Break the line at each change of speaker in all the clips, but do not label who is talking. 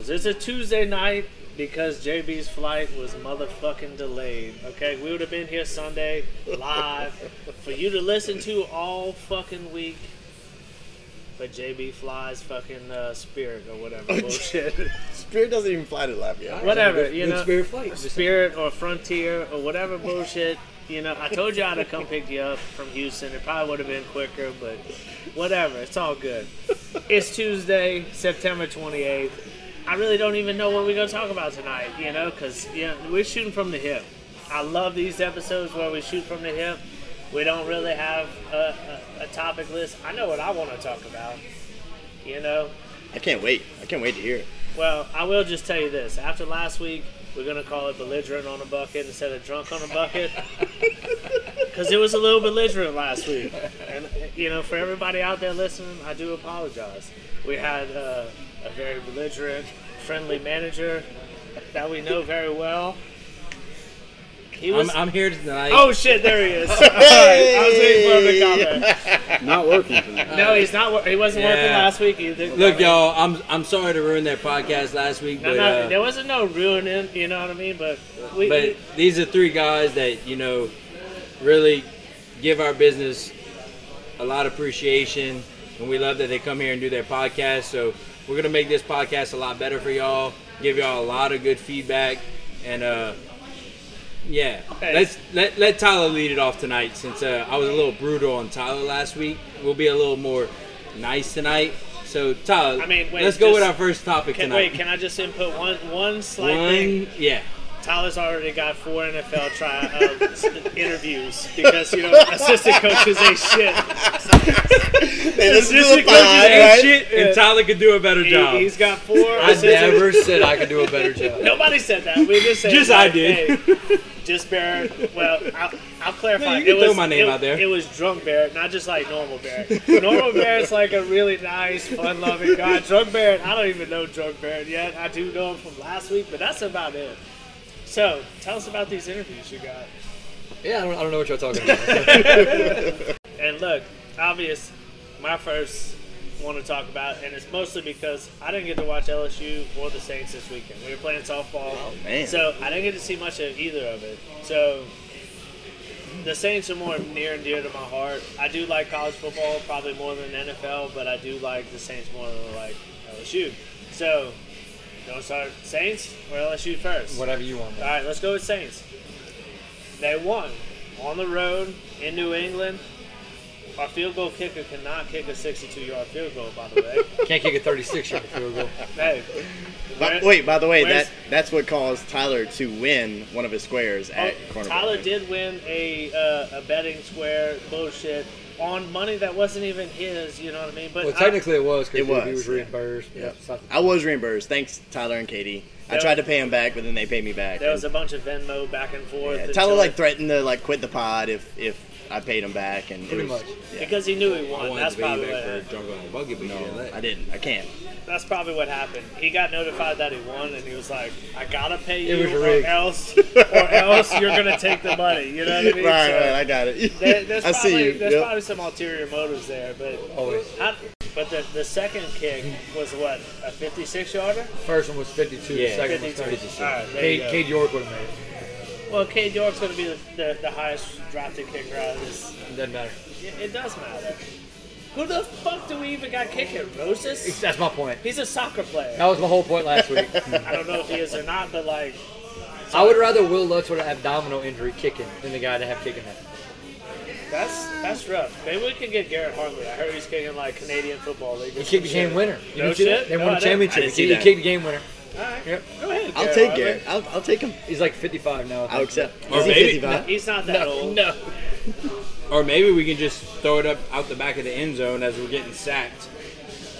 It's a Tuesday night because JB's flight was motherfucking delayed. Okay, we would have been here Sunday live for you to listen to all fucking week. But JB flies fucking uh, Spirit or whatever bullshit.
Spirit doesn't even fly to Latvia.
whatever, you
Good
know.
spirit flight.
Spirit or Frontier or whatever bullshit. You know, I told y'all to come pick you up from Houston. It probably would have been quicker, but whatever. It's all good. It's Tuesday, September 28th. I really don't even know what we're going to talk about tonight, you know, because you know, we're shooting from the hip. I love these episodes where we shoot from the hip. We don't really have a, a, a topic list. I know what I want to talk about, you know,
I can't wait. I can't wait to hear it.
well, I will just tell you this. After last week, we're going to call it belligerent on a bucket instead of drunk on a bucket. Because it was a little belligerent last week. And, you know, for everybody out there listening, I do apologize. We had uh, a very belligerent, friendly manager that we know very well. He was.
I'm, I'm here tonight.
Oh shit! There he is. All right, I was waiting for him to comment.
Not working tonight.
No, he's not. wor- He wasn't working
Yeah.
last week either.
Look, y'all, I'm I'm sorry to ruin that podcast last week,
No,
but
no,
uh,
there wasn't no ruining. You know what I mean? But we,
but these are three guys that you know really give our business a lot of appreciation, and we love that they come here and do their podcast. So we're gonna make this podcast a lot better for y'all. Give y'all a lot of good feedback, and uh, yeah,
Okay.
let's let let Tyler lead it off tonight since uh, I was a little brutal on Tyler last week. We'll be a little more nice tonight. So Tyler,
I mean, wait,
let's go
just-
with our first topic
Can,
tonight.
wait, can I just input one one slight thing?
One, yeah.
Tyler's already got four NFL try uh, s- interviews because you know assistant coaches ain't shit.
They listen
this
to the
a
pod,
good idea?
right?
shit, uh,
and Tyler could do a better job.
He, has got four.
I
assistant-
never said I could do a better job.
Nobody said that. We just said
Just I did.
hey, just Barrett. Well, I'll, I'll clarify.
No, you can
it
throw
was,
my name
it-
out there.
It was drunk Barrett, not just like normal Barrett. normal Barrett's like a really nice, fun-loving guy. Drunk Barrett, I don't even know drunk Barrett yet. I do know him from last week, but that's about it. So, tell us about these interviews you got.
Yeah, I don't, I don't know what y'all talking about.
And look, obvious, my first want to talk about, and it's mostly because I didn't get to watch LSU or the Saints this weekend. We were playing softball,
man.
so I didn't get to see much of either of it. So the Saints are more near and dear to my heart. I do like college football probably more than NFL, but I do like the Saints more than I like LSU. So don't start Saints or LSU first.
Whatever you want.
All
man.
right, let's go with Saints. They won on the road in New England. Our field goal kicker cannot kick a 62-yard field goal, by the way.
Can't kick a 36 yard field goal.
hey,
But,
where-
wait, by the way,
where's-
that that's what caused Tyler to win one of his squares
oh,
at corner.
Tyler
Bowling.
did win a uh, a betting square bullshit on money that wasn't even his. You know what I mean? But
Well,
I-
technically it was
It
because he
was,
was
yeah.
reimbursed.
Yeah.
stuff.
I was reimbursed. Thanks, Tyler and Katie. I
That-
tried to pay him back, but then they paid me back.
there was
And-
a bunch of Venmo back and forth.
yeah,
until
Tyler
it-
like threatened to like quit the pod if if I paid him back, and
Pretty
it was,
much.
Yeah.
because he knew he
I
won.
wanted
That's
to pay
probably
you
what
back for
happened.
drunk on a buggy, but you didn't
No,
let.
I didn't. I can't.
That's probably what happened. He got notified that he won, and he was like, "I gotta pay
It was
you,
a
or
rig.
else, or else you're gonna take the money." You know what I
Right,
mean?
right.
So
I got it.
there- there's
I
probably,
see you.
There's
Yep.
probably some ulterior motives there, but
Always.
I, but the, the second kick was what a 56 yarder.
First one was 52.
Yeah.
the second one was
52. All
36.
right, there you
Cade,
go.
Cade York would have made it.
Well, Cade York's gonna be the, the, the highest drafted kicker out of this.
Doesn't matter.
It, it does matter. Who the fuck do we even got kicking?
It's-
Roses?
That's my point.
He's a soccer player.
That was my whole point last week.
I don't know if he is or not, but like,
I would rather Will Lutz with an abdominal injury kicking than the guy to have kicking that.
That's that's rough. Maybe we can get Garrett Hartley. I heard he's kicking like Canadian Football League. or
He
some
kicked the
shit.
game winner. You
No
didn't see
shit?
that? They
No,
won
I
a
didn't.
championship.
I didn't see
he
that.
kicked the game winner.
All right.
Yep.
Go ahead.
I'll
Garrett
take
Hartley.
Garrett. I'll, I'll take him.
He's like 55 now. I think.
I'll accept.
Or
Is he
maybe-
55?
He's not that old.
No.
Or maybe we can just throw it up out the back of the end zone as we're getting sacked,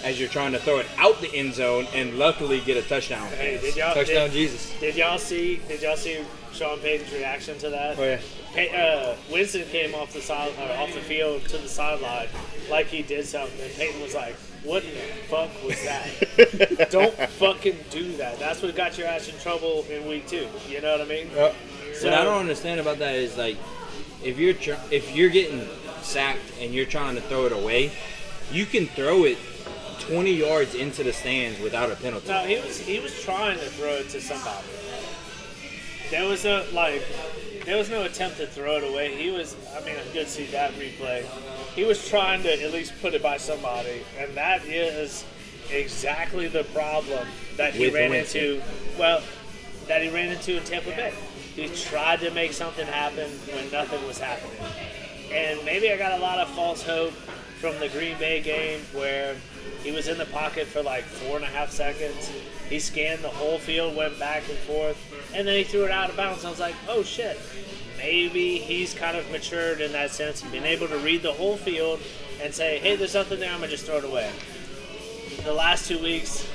as you're trying to throw it out the end zone and luckily get a touchdown.
Hey, did y'all
Touchdown
did,
Jesus.
did y'all see did y'all see Sean Payton's reaction to that?
Oh, yeah.
Hey, uh, Winston came off the side or off the field to the sideline like he did something, and Peyton was like, "What the fuck was that? Don't fucking do that. That's what got your ass in trouble in week two. You know what I mean?"
Yep.
So
What I don't understand about that is like, if you're tr- if you're getting sacked and you're trying to throw it away, you can throw it 20 yards into the stands without a penalty.
No, he was he was trying to throw it to somebody. There was a like, there was no attempt to throw it away. He was, I mean, I could see that replay. He was trying to at least put it by somebody, and that is exactly the problem that he
With
ran
Winston.
into. Well, that he ran into in Tampa Bay. He tried to make something happen when nothing was happening. And maybe I got a lot of false hope from the Green Bay game where he was in the pocket for like four and a half seconds. He scanned the whole field, went back and forth, and then he threw it out of bounds. I was like, oh shit. Maybe he's kind of matured in that sense and been able to read the whole field and say, hey, there's nothing there, I'm going to just throw it away. The last two weeks,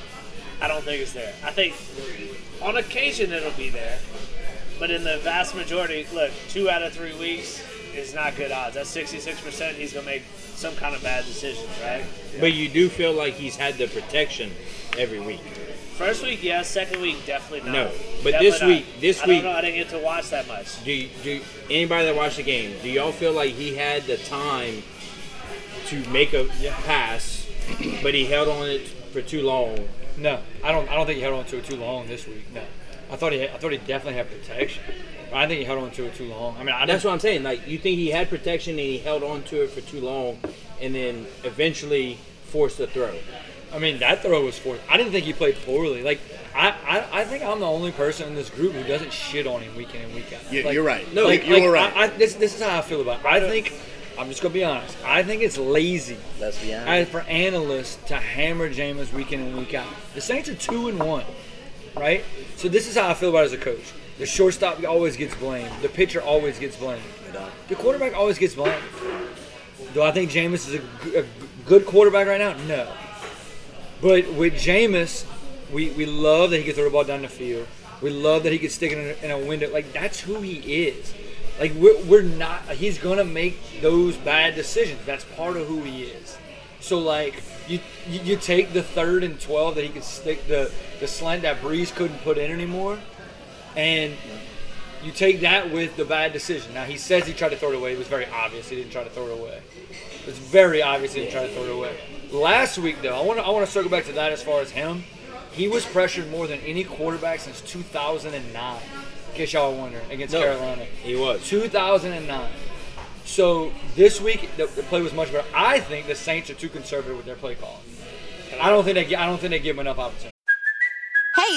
I don't think it's there. I think on occasion it'll be there, but in the vast majority, look, two out of three weeks is not good odds. That's 66%. He's going to make some kind of bad decision, right?
But you do feel like he's had the protection every week.
First week, yes. Second week, definitely not.
No. But this
Definitely
week- this
I
week-
don't know. I didn't get to watch that much.
Do you, do anybody that watched the game? Do y'all feel like he had the time to make a pass, but he held on it for too long?
No, I don't. I don't think he held on to it too long this week. No, I thought he. Had, I thought he definitely had protection. But I think he held on to it too long. I mean, I
That's
didn't-
what I'm saying. Like you think he had protection and he held on to it for too long, and then eventually forced the throw.
I mean, that throw was forced. I didn't think he played poorly. Like, I, I, I think I'm the only person in this group who doesn't shit on him week in and week out.
You-
Like,
you're right.
No,
You-
like,
you
like,
were right.
I, I, this, this is how I feel about. it. I think. I'm just gonna be honest. I think it's lazy
Let's be honest.
I, for analysts to hammer Jameis week in and week out. The Saints are two and one, right? So this is how I feel about it as a coach. The shortstop always gets blamed. The pitcher always gets blamed.
I don't.
The quarterback always gets blamed. Do I think Jameis is a, g- a good quarterback right now? No. But with Jameis, we, we love that he can throw the ball down the field. We love that he can stick it in a, in a window. Like, that's who he is. Like, we're, we're not, he's going to make those bad decisions. That's part of who he is. So, like, you, you you take the third and 12 that he could stick the, the slant that Breeze couldn't put in anymore, and you take that with the bad decision. Now he says he tried to throw it away. It was very obvious he didn't try to throw it away. It was very obvious he didn't try to throw it away. Last week though, I want to I want to circle back to that as far as him. He was pressured more than any quarterback since 2009. In case y'all were wondering, against
No.
Carolina,
He was.
2009. So this week the, the play was much better. I think the Saints are too conservative with their play calling. I don't think they gi- I don't think they give him enough opportunity.
Hey,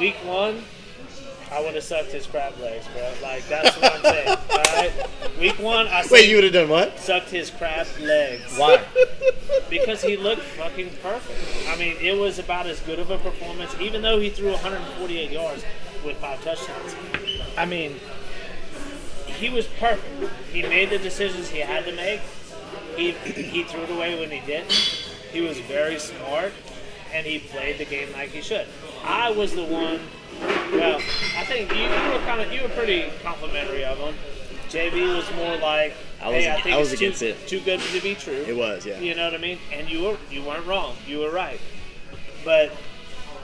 Week one, I would have sucked his crab legs, bro. Like that's what I'm saying. All right. Week one, I
Wait,
said
you would have done what?
sucked his crab legs.
Why?
because he looked fucking perfect. I mean, it was about as good of a performance, even though he threw 148 yards with five touchdowns. I mean, he was perfect. He made the decisions he had to make. He he threw it away when he did. He was very smart, and he played the game like he should. I was the one. Well, I think you, you were kind of you were pretty complimentary of him. JB was more like,
I was
hey, I
ag-
think
I was
it's too-
against it."
too good to be true.
It was, yeah.
You know what I mean? And you were you weren't wrong. You were right. But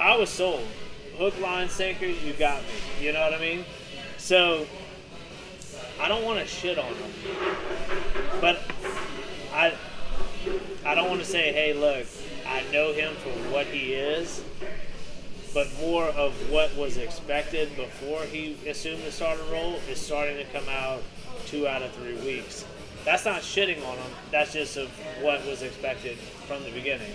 I was sold. Hook, line, sinker, you got me. You know what I mean? So I don't want to shit on him. But I I don't want to say, hey, look, I know him for what he is, but more of what was expected before he assumed the starter role is starting to come out two out of three weeks. That's not shitting on him. That's just of what was expected from the beginning.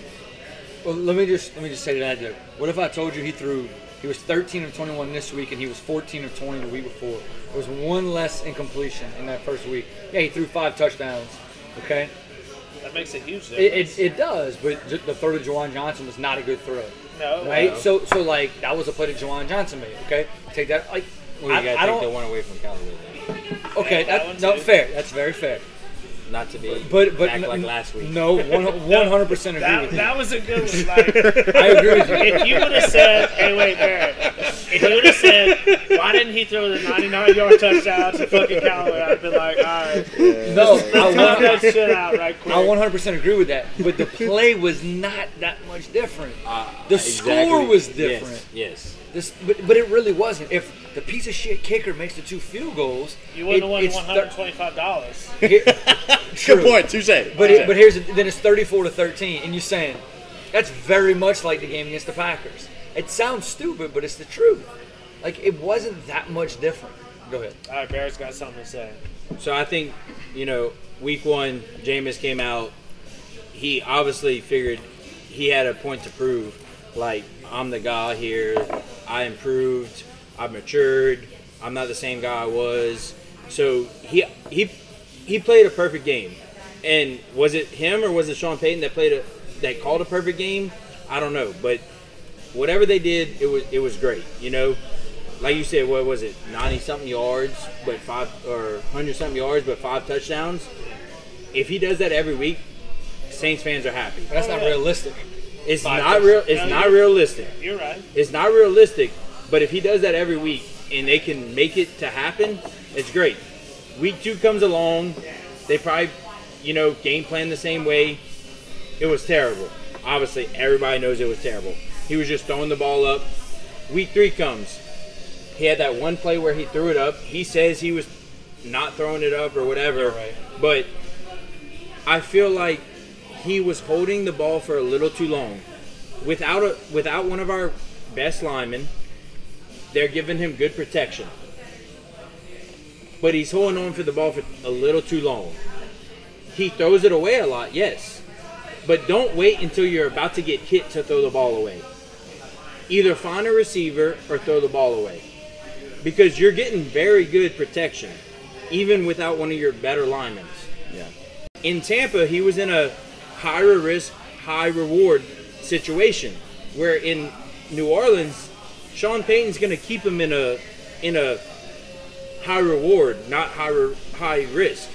Well, let me just let me just say to that though. What if I told you he threw? He was 13 of 21 this week, and he was 14 of 20 the week before. There was one less incompletion in that first week. Yeah, he threw five touchdowns. Okay,
That makes a huge
it,
difference.
it, it does, but ju- the throw to Jawan Johnson was not a good throw.
No, uh,
right?
no.
So so like that was a play that Jawan Johnson made. Okay, take that. Like
Well, you
I,
gotta
I
take the
don't.
one away from Callaway. then.
Okay,
that
that,
one
no
too.
fair. That's very fair.
not to be
But but
back
n-
like last week.
no, one hundred percent agree
That,
with you.
that was a good one. Like,
I agree with you.
if you would have said, "Hey, wait, Barrett," if you would have said, "Why didn't he throw the 99-yard touchdown to fucking Callaway?" I'd been like, "All right,
No,
cut
I
that shit out right quick."
I 100% agree with that, but the play was not that much different.
Uh,
The score was different.
Yes. yes.
This, but, but it really wasn't. If the piece of shit kicker makes the two field goals,
you wouldn't
it-
have won
it's
one hundred twenty-five dollars.
thir- here-
Good
true.
point. Touche.
But it, but here's the, then it's 34 to 13, and you're saying that's very much like the game against the Packers. It sounds stupid, but it's the truth. Like it wasn't that much different. Go ahead.
All right, Barrett's got something to say.
So I think, you know, week one, Jameis came out. He obviously figured he had a point to prove. Like, I'm the guy here. I improved. I've matured. I'm not the same guy I was. So he he he played a perfect game. And was it him or was it Sean Payton that played a that called a perfect game? I don't know. But whatever they did, it was it was great. You know, like you said, what was it, ninety something yards, but five or hundred something yards, but five touchdowns. If he does that every week, Saints fans are happy.
That's not realistic.
It's
Five
not real.
touchdowns.
It's not realistic.
You're right.
It's not realistic. But if he does that every week and they can make it to happen, it's great. Week two comes along, they probably, you know, game plan the same way. It was terrible. Obviously, everybody knows it was terrible. He was just throwing the ball up. Week three comes. He had that one play where he threw it up. He says he was not throwing it up or whatever.
right.
But I feel like he was holding the ball for a little too long. Without a without one of our best linemen, they're giving him good protection. But he's holding on for the ball for a little too long. He throws it away a lot, yes. But don't wait until you're about to get hit to throw the ball away. Either find a receiver or throw the ball away. Because you're getting very good protection, even without one of your better linemen.
yeah.
In Tampa, he was in a higher risk, high reward situation. Where in New Orleans, Sean Payton's going to keep him in a in a high reward, not high re- high risk.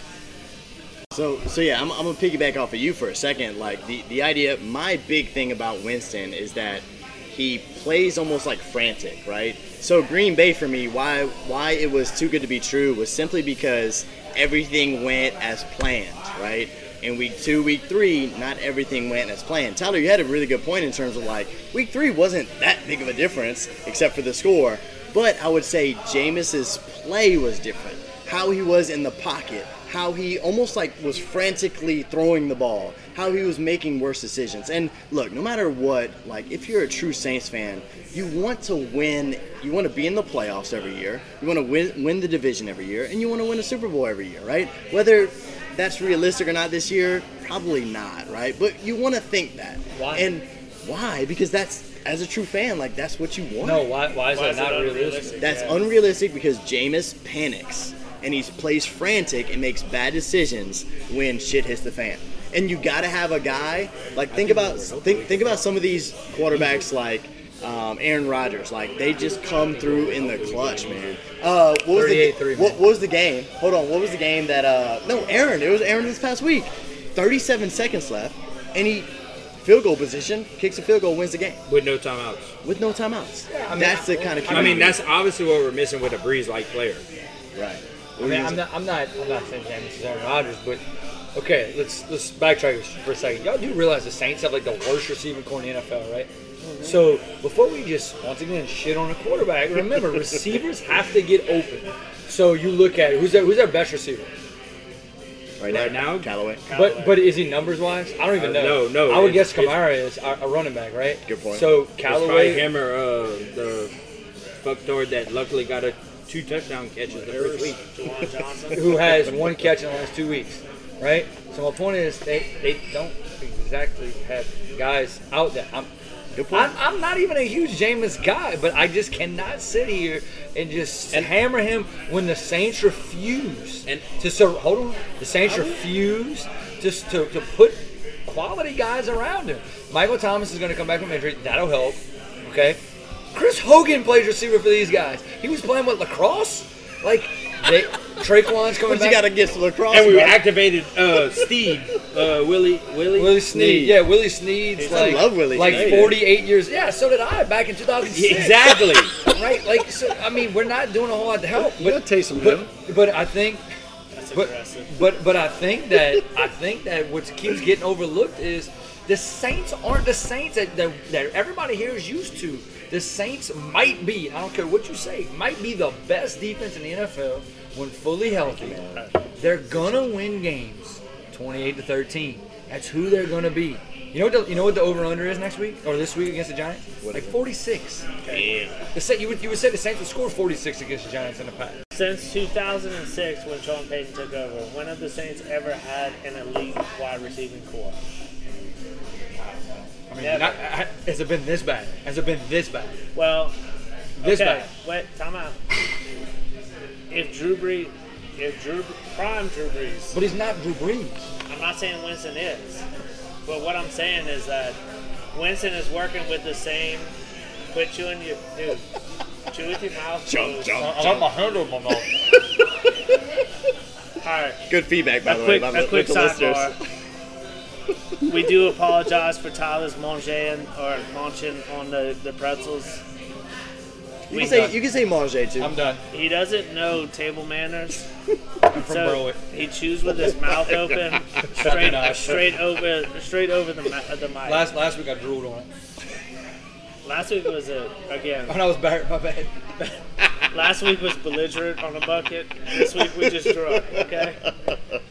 So, so yeah, I'm, I'm gonna piggyback off of you for a second. Like the, the idea, my big thing about Winston is that he plays almost like frantic, right? So Green Bay for me, why why it was too good to be true was simply because everything went as planned, right? In week two, week three, not everything went as planned. Tyler, you had a really good point in terms of like week three wasn't that big of a difference except for the score, but I would say Jameis's play was different how he was in the pocket, how he almost like was frantically throwing the ball, how he was making worse decisions. And look, no matter what, like if you're a true Saints fan, you want to win, you want to be in the playoffs every year, you want to win win the division every year, and you want to win a Super Bowl every year, right? Whether that's realistic or not this year, probably not, right? But you want to think that.
Why?
And why? Because that's as a true fan, like that's what you want.
No, why, why is
Why
that
is it
not realistic?
unrealistic?
That's
Yeah.
unrealistic because Jameis panics and he plays frantic and makes bad decisions when shit hits the fan. And you gotta have a guy like think about think think about some of these quarterbacks like um, Aaron Rodgers. Like they just come through in the clutch, man. Uh, what was the
38-3,
what,
man.
what was the game? Hold on, what was the game that uh no Aaron? It was Aaron this past week. Thirty-seven seconds left, and he field goal position kicks a field goal, wins the game
With no timeouts.
with no timeouts. that's the kind of
I mean, that's obviously what we're missing with a Breeze-like player.
right.
I mean, I'm not, I'm not, I'm not saying Jameis is Aaron Rodgers, but okay, let's let's backtrack for a second. Y'all do realize the Saints have like the worst receiving core in the NFL, right? So before we just once again shit on a quarterback, remember receivers have to get open. So you look at it, who's their who's their best receiver,
Right,
Right now?
Callaway.
but but is he numbers wise? I don't even
Uh,
know.
no, no,
I would
it's-
guess Kamara is a a running back, right?
Good point.
So
It's probably
Callaway,
him or uh, the fucktard that luckily got a two touchdown catches the first week.
Jawan Johnson.
who has one catch in the last two weeks, right? So my point is they, they don't exactly have guys out there. I'm,
Good point.
I'm, I'm not even a huge Jameis guy, but I just cannot sit here and just hammer him when the Saints refuse
And-
to sur- hold on. The Saints refuse just to, to put quality guys around him. Michael Thomas is going to come back from injury. That'll help. Okay. Chris Hogan plays receiver for these guys. He was playing with lacrosse. Like they, Traquan's coming
But you
back.
got to get to lacrosse.
And we
bro.
activated uh, Steve, uh, Willie, Willie,
Willie Sneed.
Sneed.
Yeah, Willie Sneed's
I
like
love Willie
like
Sneed.
48 years. Yeah, so did I back in 2006.
Exactly.
Right? Like so, I mean, we're not doing a whole lot to help,
You gotta
but
taste some of
but,
them.
but I think
That's
but,
aggressive.
but but I think that I think that what keeps getting overlooked is the Saints aren't the Saints that, that, that everybody here is used to. The Saints might be, I don't care what you say, might be the best defense in the NFL when fully healthy. They're gonna win games, 28 to 13. That's who they're gonna be. You know what the, you know what the over under is next week or this week against the Giants? like 46. The Sa- you would you would say the Saints would score 46 against the Giants in the past.
Since 2006, when Sean Payton took over, when have the Saints ever had an elite wide receiving core?
I mean,
Never.
not, I, has it been this bad? Has it been this bad?
Well,
This
okay,
bad?
wait, time out. If Drew Brees, if Drew prime Drew Brees,
But he's not Drew Brees.
I'm not saying Winston is, but what I'm saying is that Winston is working with the same. Quit chewing your dude. Chew with your mouth.
Jump,
closed.
jump,
I got my hand on my mouth.
All right.
Good feedback, by
a
the
quick,
way.
a
by
quick
the listeners.
sidebar. we do apologize for Tyler's munching or munching on the, the pretzels.
You
We
can say you can say manger too.
I'm done.
he doesn't know table manners,
I'm from
so
Berwick.
he chews with his mouth open,
Fucking
straight,
awesome.
straight over, straight over the, ma- the mic. Last,
Last last week I drooled on it.
week was a again.
When I Oh, was Barrett, my bad.
Last week was belligerent on a bucket. This week we just drunk. Okay,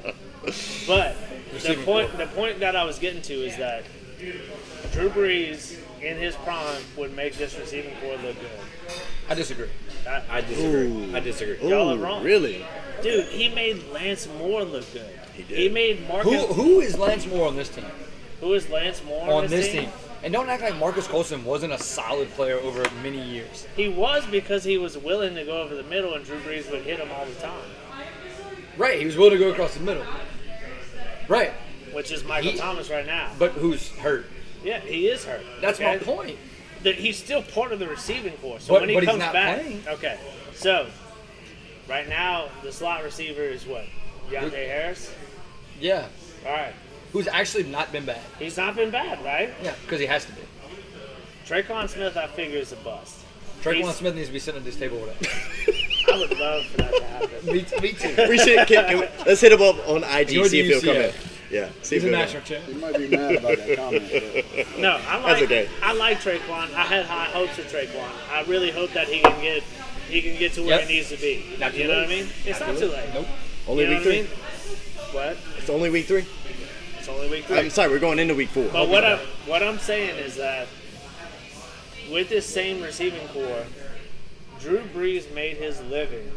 but the
Receiving
point the point that I was getting to is that Drew Brees in his prime would make this receiving core look good.
I disagree.
I disagree.
Ooh.
I disagree.
Y'all are
Ooh,
wrong.
Really?
Dude, he made Lance Moore look good. He
did.
made Marcus.
Who who is Lance Moore on this team?
who is Lance Moore
On this team. And don't act like Marcus Colson wasn't a solid player over many years.
He was because he was willing to go over the middle, and Drew Brees would hit him all the time,
Right, he was willing to go across the middle. Right,
which is Michael
He-
Thomas right now.
but who's hurt?
yeah, he is hurt.
That's my
okay?
point.
that he's still part of the receiving core. So
But-
when he
but he's
comes
not
back,
playing.
okay. So right now the slot receiver is what Deontay Harris.
Yeah,
All right,
who's actually not been bad.
he's not been bad, right?
Yeah, because he has to be.
Traquan Smith, I figure, is a bust.
Traquan
He's-
Smith needs to be sitting at this table with us.
I would love for that to happen.
me, me too.
We should. Can, can we, let's hit him up on IG.
You're
see if
the
he'll come in.
UCF.
Yeah. See if
He's a
he'll
national champ.
You might be mad about that comment. but-
No, I like
That's okay.
I like Traquan. I had high hopes of Traquan. I really hope that he can get he can get to where
Yep.
he needs to be.
Not
you
too
know
late.
what I mean? It's not, too late.
Nope.
Only
you know
week
what I
three.
mean? What?
It's only week three.
It's only week 3
I'm sorry. We're going into week four.
But what I'm what I'm saying is that with this same receiving core, Drew Brees made his living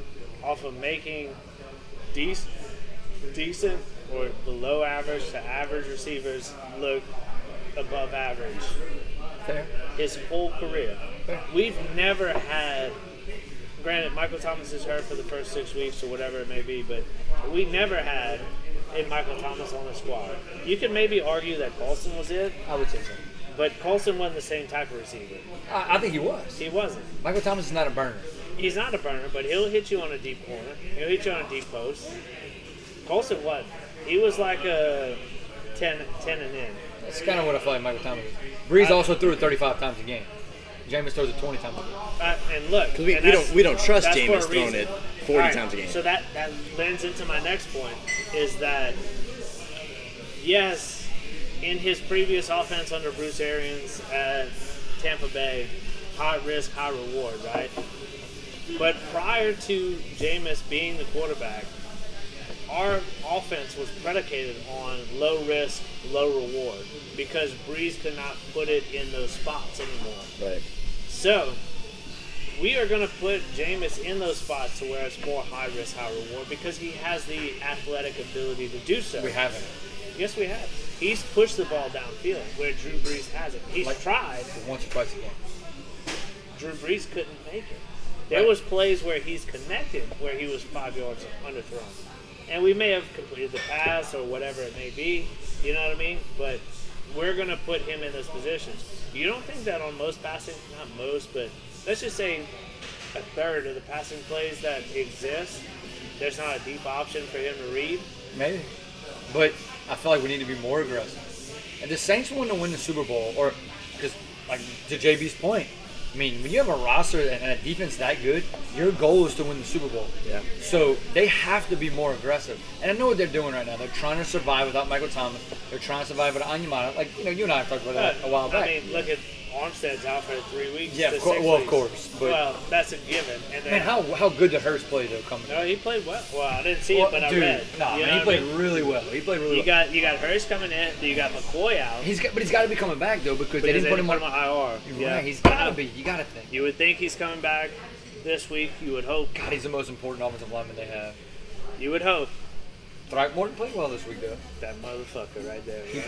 off of making decent, decent or below average to average receivers look above average
Fair.
his whole career. We've never had. Granted, Michael Thomas is hurt for the first six weeks or whatever it may be, but we never had a Michael Thomas on the squad. You could maybe argue that Colson was it,
I would say so.
but Colson wasn't the same type of receiver.
I, I think he was.
He wasn't.
Michael Thomas is not a burner.
He's not a burner, but he'll hit you on a deep corner. He'll hit you on a deep post. Colson was. He was like a 10, 10 and in.
That's kind of what I feel like Michael Thomas is. Breeze also threw it 35 times a game. Jameis throws it 20 times a game.
Uh, and look,
'Cause we-
and
we
that's-
don't- we don't trust
that's for
Jameis
a
throwing
reason.
it 40
Alright,
times a game.
So that that lends into my next point is that yes, in his previous offense under Bruce Arians at Tampa Bay, high risk, high reward, right? But prior to Jameis being the quarterback, our offense was predicated on low risk, low reward because Breeze could not put it in those spots anymore.
Right.
So, we are going to put Jameis in those spots to where it's more high risk, high reward because he has the athletic ability to do so.
We haven't.
Yes, we have. He's pushed the ball downfield where Drew Brees hasn't. He's
Like-
tried.
But once or twice a game.
Drew Brees couldn't make it. There
Right.
was plays where he's connected where he was five yards underthrown. And we may have completed the pass or whatever it may be. You know what I mean? But we're going to put him in those positions. You don't think that on most passing, not most, but let's just say a third of the passing plays that exist, there's not a deep option for him to read.
Maybe. But I feel like we need to be more aggressive. And the Saints want to win the Super Bowl, or because, like, to JB's point, I mean, when you have a roster and a defense that good, your goal is to win the Super Bowl.
Yeah.
So they have to be more aggressive. And I know what they're doing right now. They're trying to survive without Michael Thomas. They're trying to survive without Anyamata. Like, you know, you and I have talked about that Uh, a while back.
I mean, look at Armstead's out for three weeks.
Yeah, of
to
cour-
six
well, of
weeks.
course, but-
well, that's a given. And then,
Man, how, how good did Hurst play, though, coming
No, he played well. Well, I didn't see
Well,
it, but
dude,
I read.
Nah,
You
man,
know
he
what I
played
mean?
really well. He played really
You
well.
got you got Hurst coming in. You got McCoy out.
He's got, but he's got to be coming back though because
because
they didn't put him on.
IR.
Yeah, he's got to be. You got to think.
You would think he's coming back this week. You would hope.
God, he's the most important offensive lineman they have.
You would hope.
Throckmorton played well this week though.
That motherfucker right there.
He
man.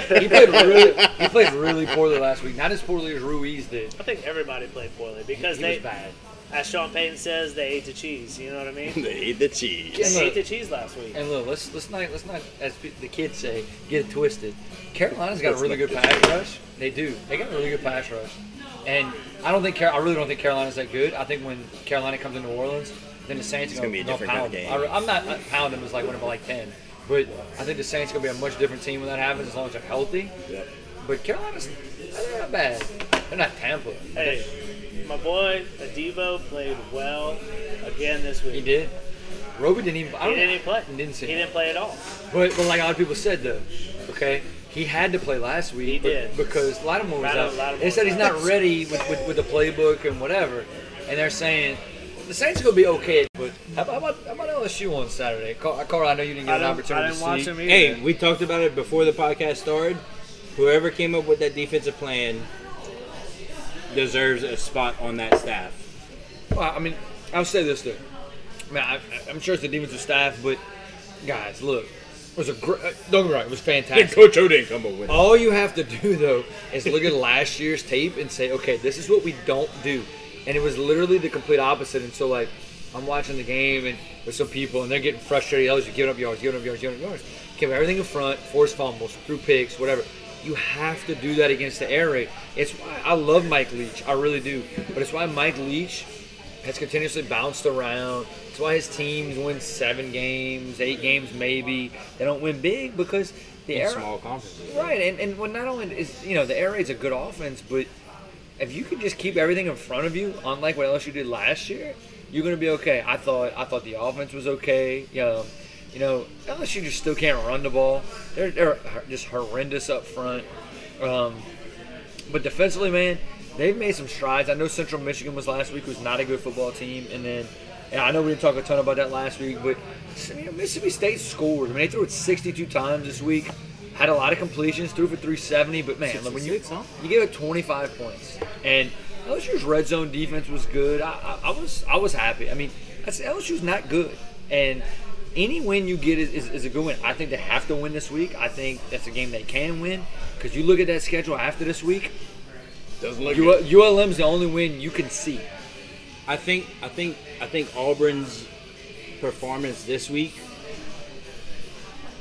played. he played really. He played really poorly last week. Not as poorly as Ruiz did.
I think everybody played poorly because
he
they,
was bad.
as Sean Payton says, they ate the cheese. You know what I mean?
They ate the cheese.
They
look-
ate the cheese last week.
And look, let's let's not let's not as pe- the kids say get it twisted. Carolina's got a
Let's
really
not
good pass rush. They do. They got a really good pass rush. And I don't think Car- I really don't think Carolina's that good. I think when Carolina comes to New Orleans, then the Saints are
gonna
going
be
to
a different
pound
kind of
them. I
game.
re- I'm not I pound them as like whenever like ten, but I think the Saints going to be a much different team when that happens as long as they're healthy.
Yep.
But Carolina's they're not bad. They're not Tampa.
Hey, my boy Adibo played well again this week.
He did. Roby didn't even. I
He
don't,
didn't even play.
Didn't see.
He
him.
didn't play at all.
But, but like a lot of people said though, okay, he had to play last week.
He
but-
did.
because Lattimore was
Lattimore-
out.
Lattimore
they said
was
he's
out.
not ready with, with, with the playbook and whatever, and they're saying the Saints are gonna be okay. But how about, how about, how about LSU on Saturday? Carl, Carl, I know you didn't get
I
an
didn't-
opportunity
I didn't
to
watch
see.
him either.
Hey, we talked about it before the podcast started. Whoever came up with that defensive plan deserves a spot on that staff.
Well, I mean, I'll say this though. I mean, I, I'm sure it's the defensive staff, but guys, look, it was a great. Don't get me wrong, it was fantastic.
Coach O didn't come up with
All you have to do though is look at last year's tape and say, okay, this is what we don't do, and it was literally the complete opposite. And so like, I'm watching the game and with some people, and they're getting frustrated. Others are giving up yards, giving up yards, giving up yards. Give everything in front, force fumbles, through picks, whatever. You have to do that against the air raid. It's why I love Mike Leach, I really do. But it's why Mike Leach has continuously bounced around. That's why his teams win seven games, eight games maybe. They don't win big because the
In
air
small conferences.
Right, and, and when not only is you know the air raid's a good offense, but if you can just keep everything in front of you, unlike what LSU did last year, you're gonna be okay. I thought I thought the offense was okay. Um, you know LSU just still can't run the ball. They're, they're just horrendous up front. Um, but defensively, man, they've made some strides. I know Central Michigan was last week was not a good football team, and then and I know we didn't talk a ton about that last week, but you know, Mississippi State scored. I mean, they threw it 62 times this week. Had a lot of completions, threw for 370, but man, look, when you
66, huh?
you give it 25 points, and LSU's red zone defense was good. I, I, I was I was happy. I mean, I said LSU's not good, and any win you get is, is, is a good win. I think they have to win this week. I think that's a game they can win because you look at that schedule after this week.
Doesn't look
U-
good.
ULM's the only win you can see.
I think I think I think Auburn's performance this week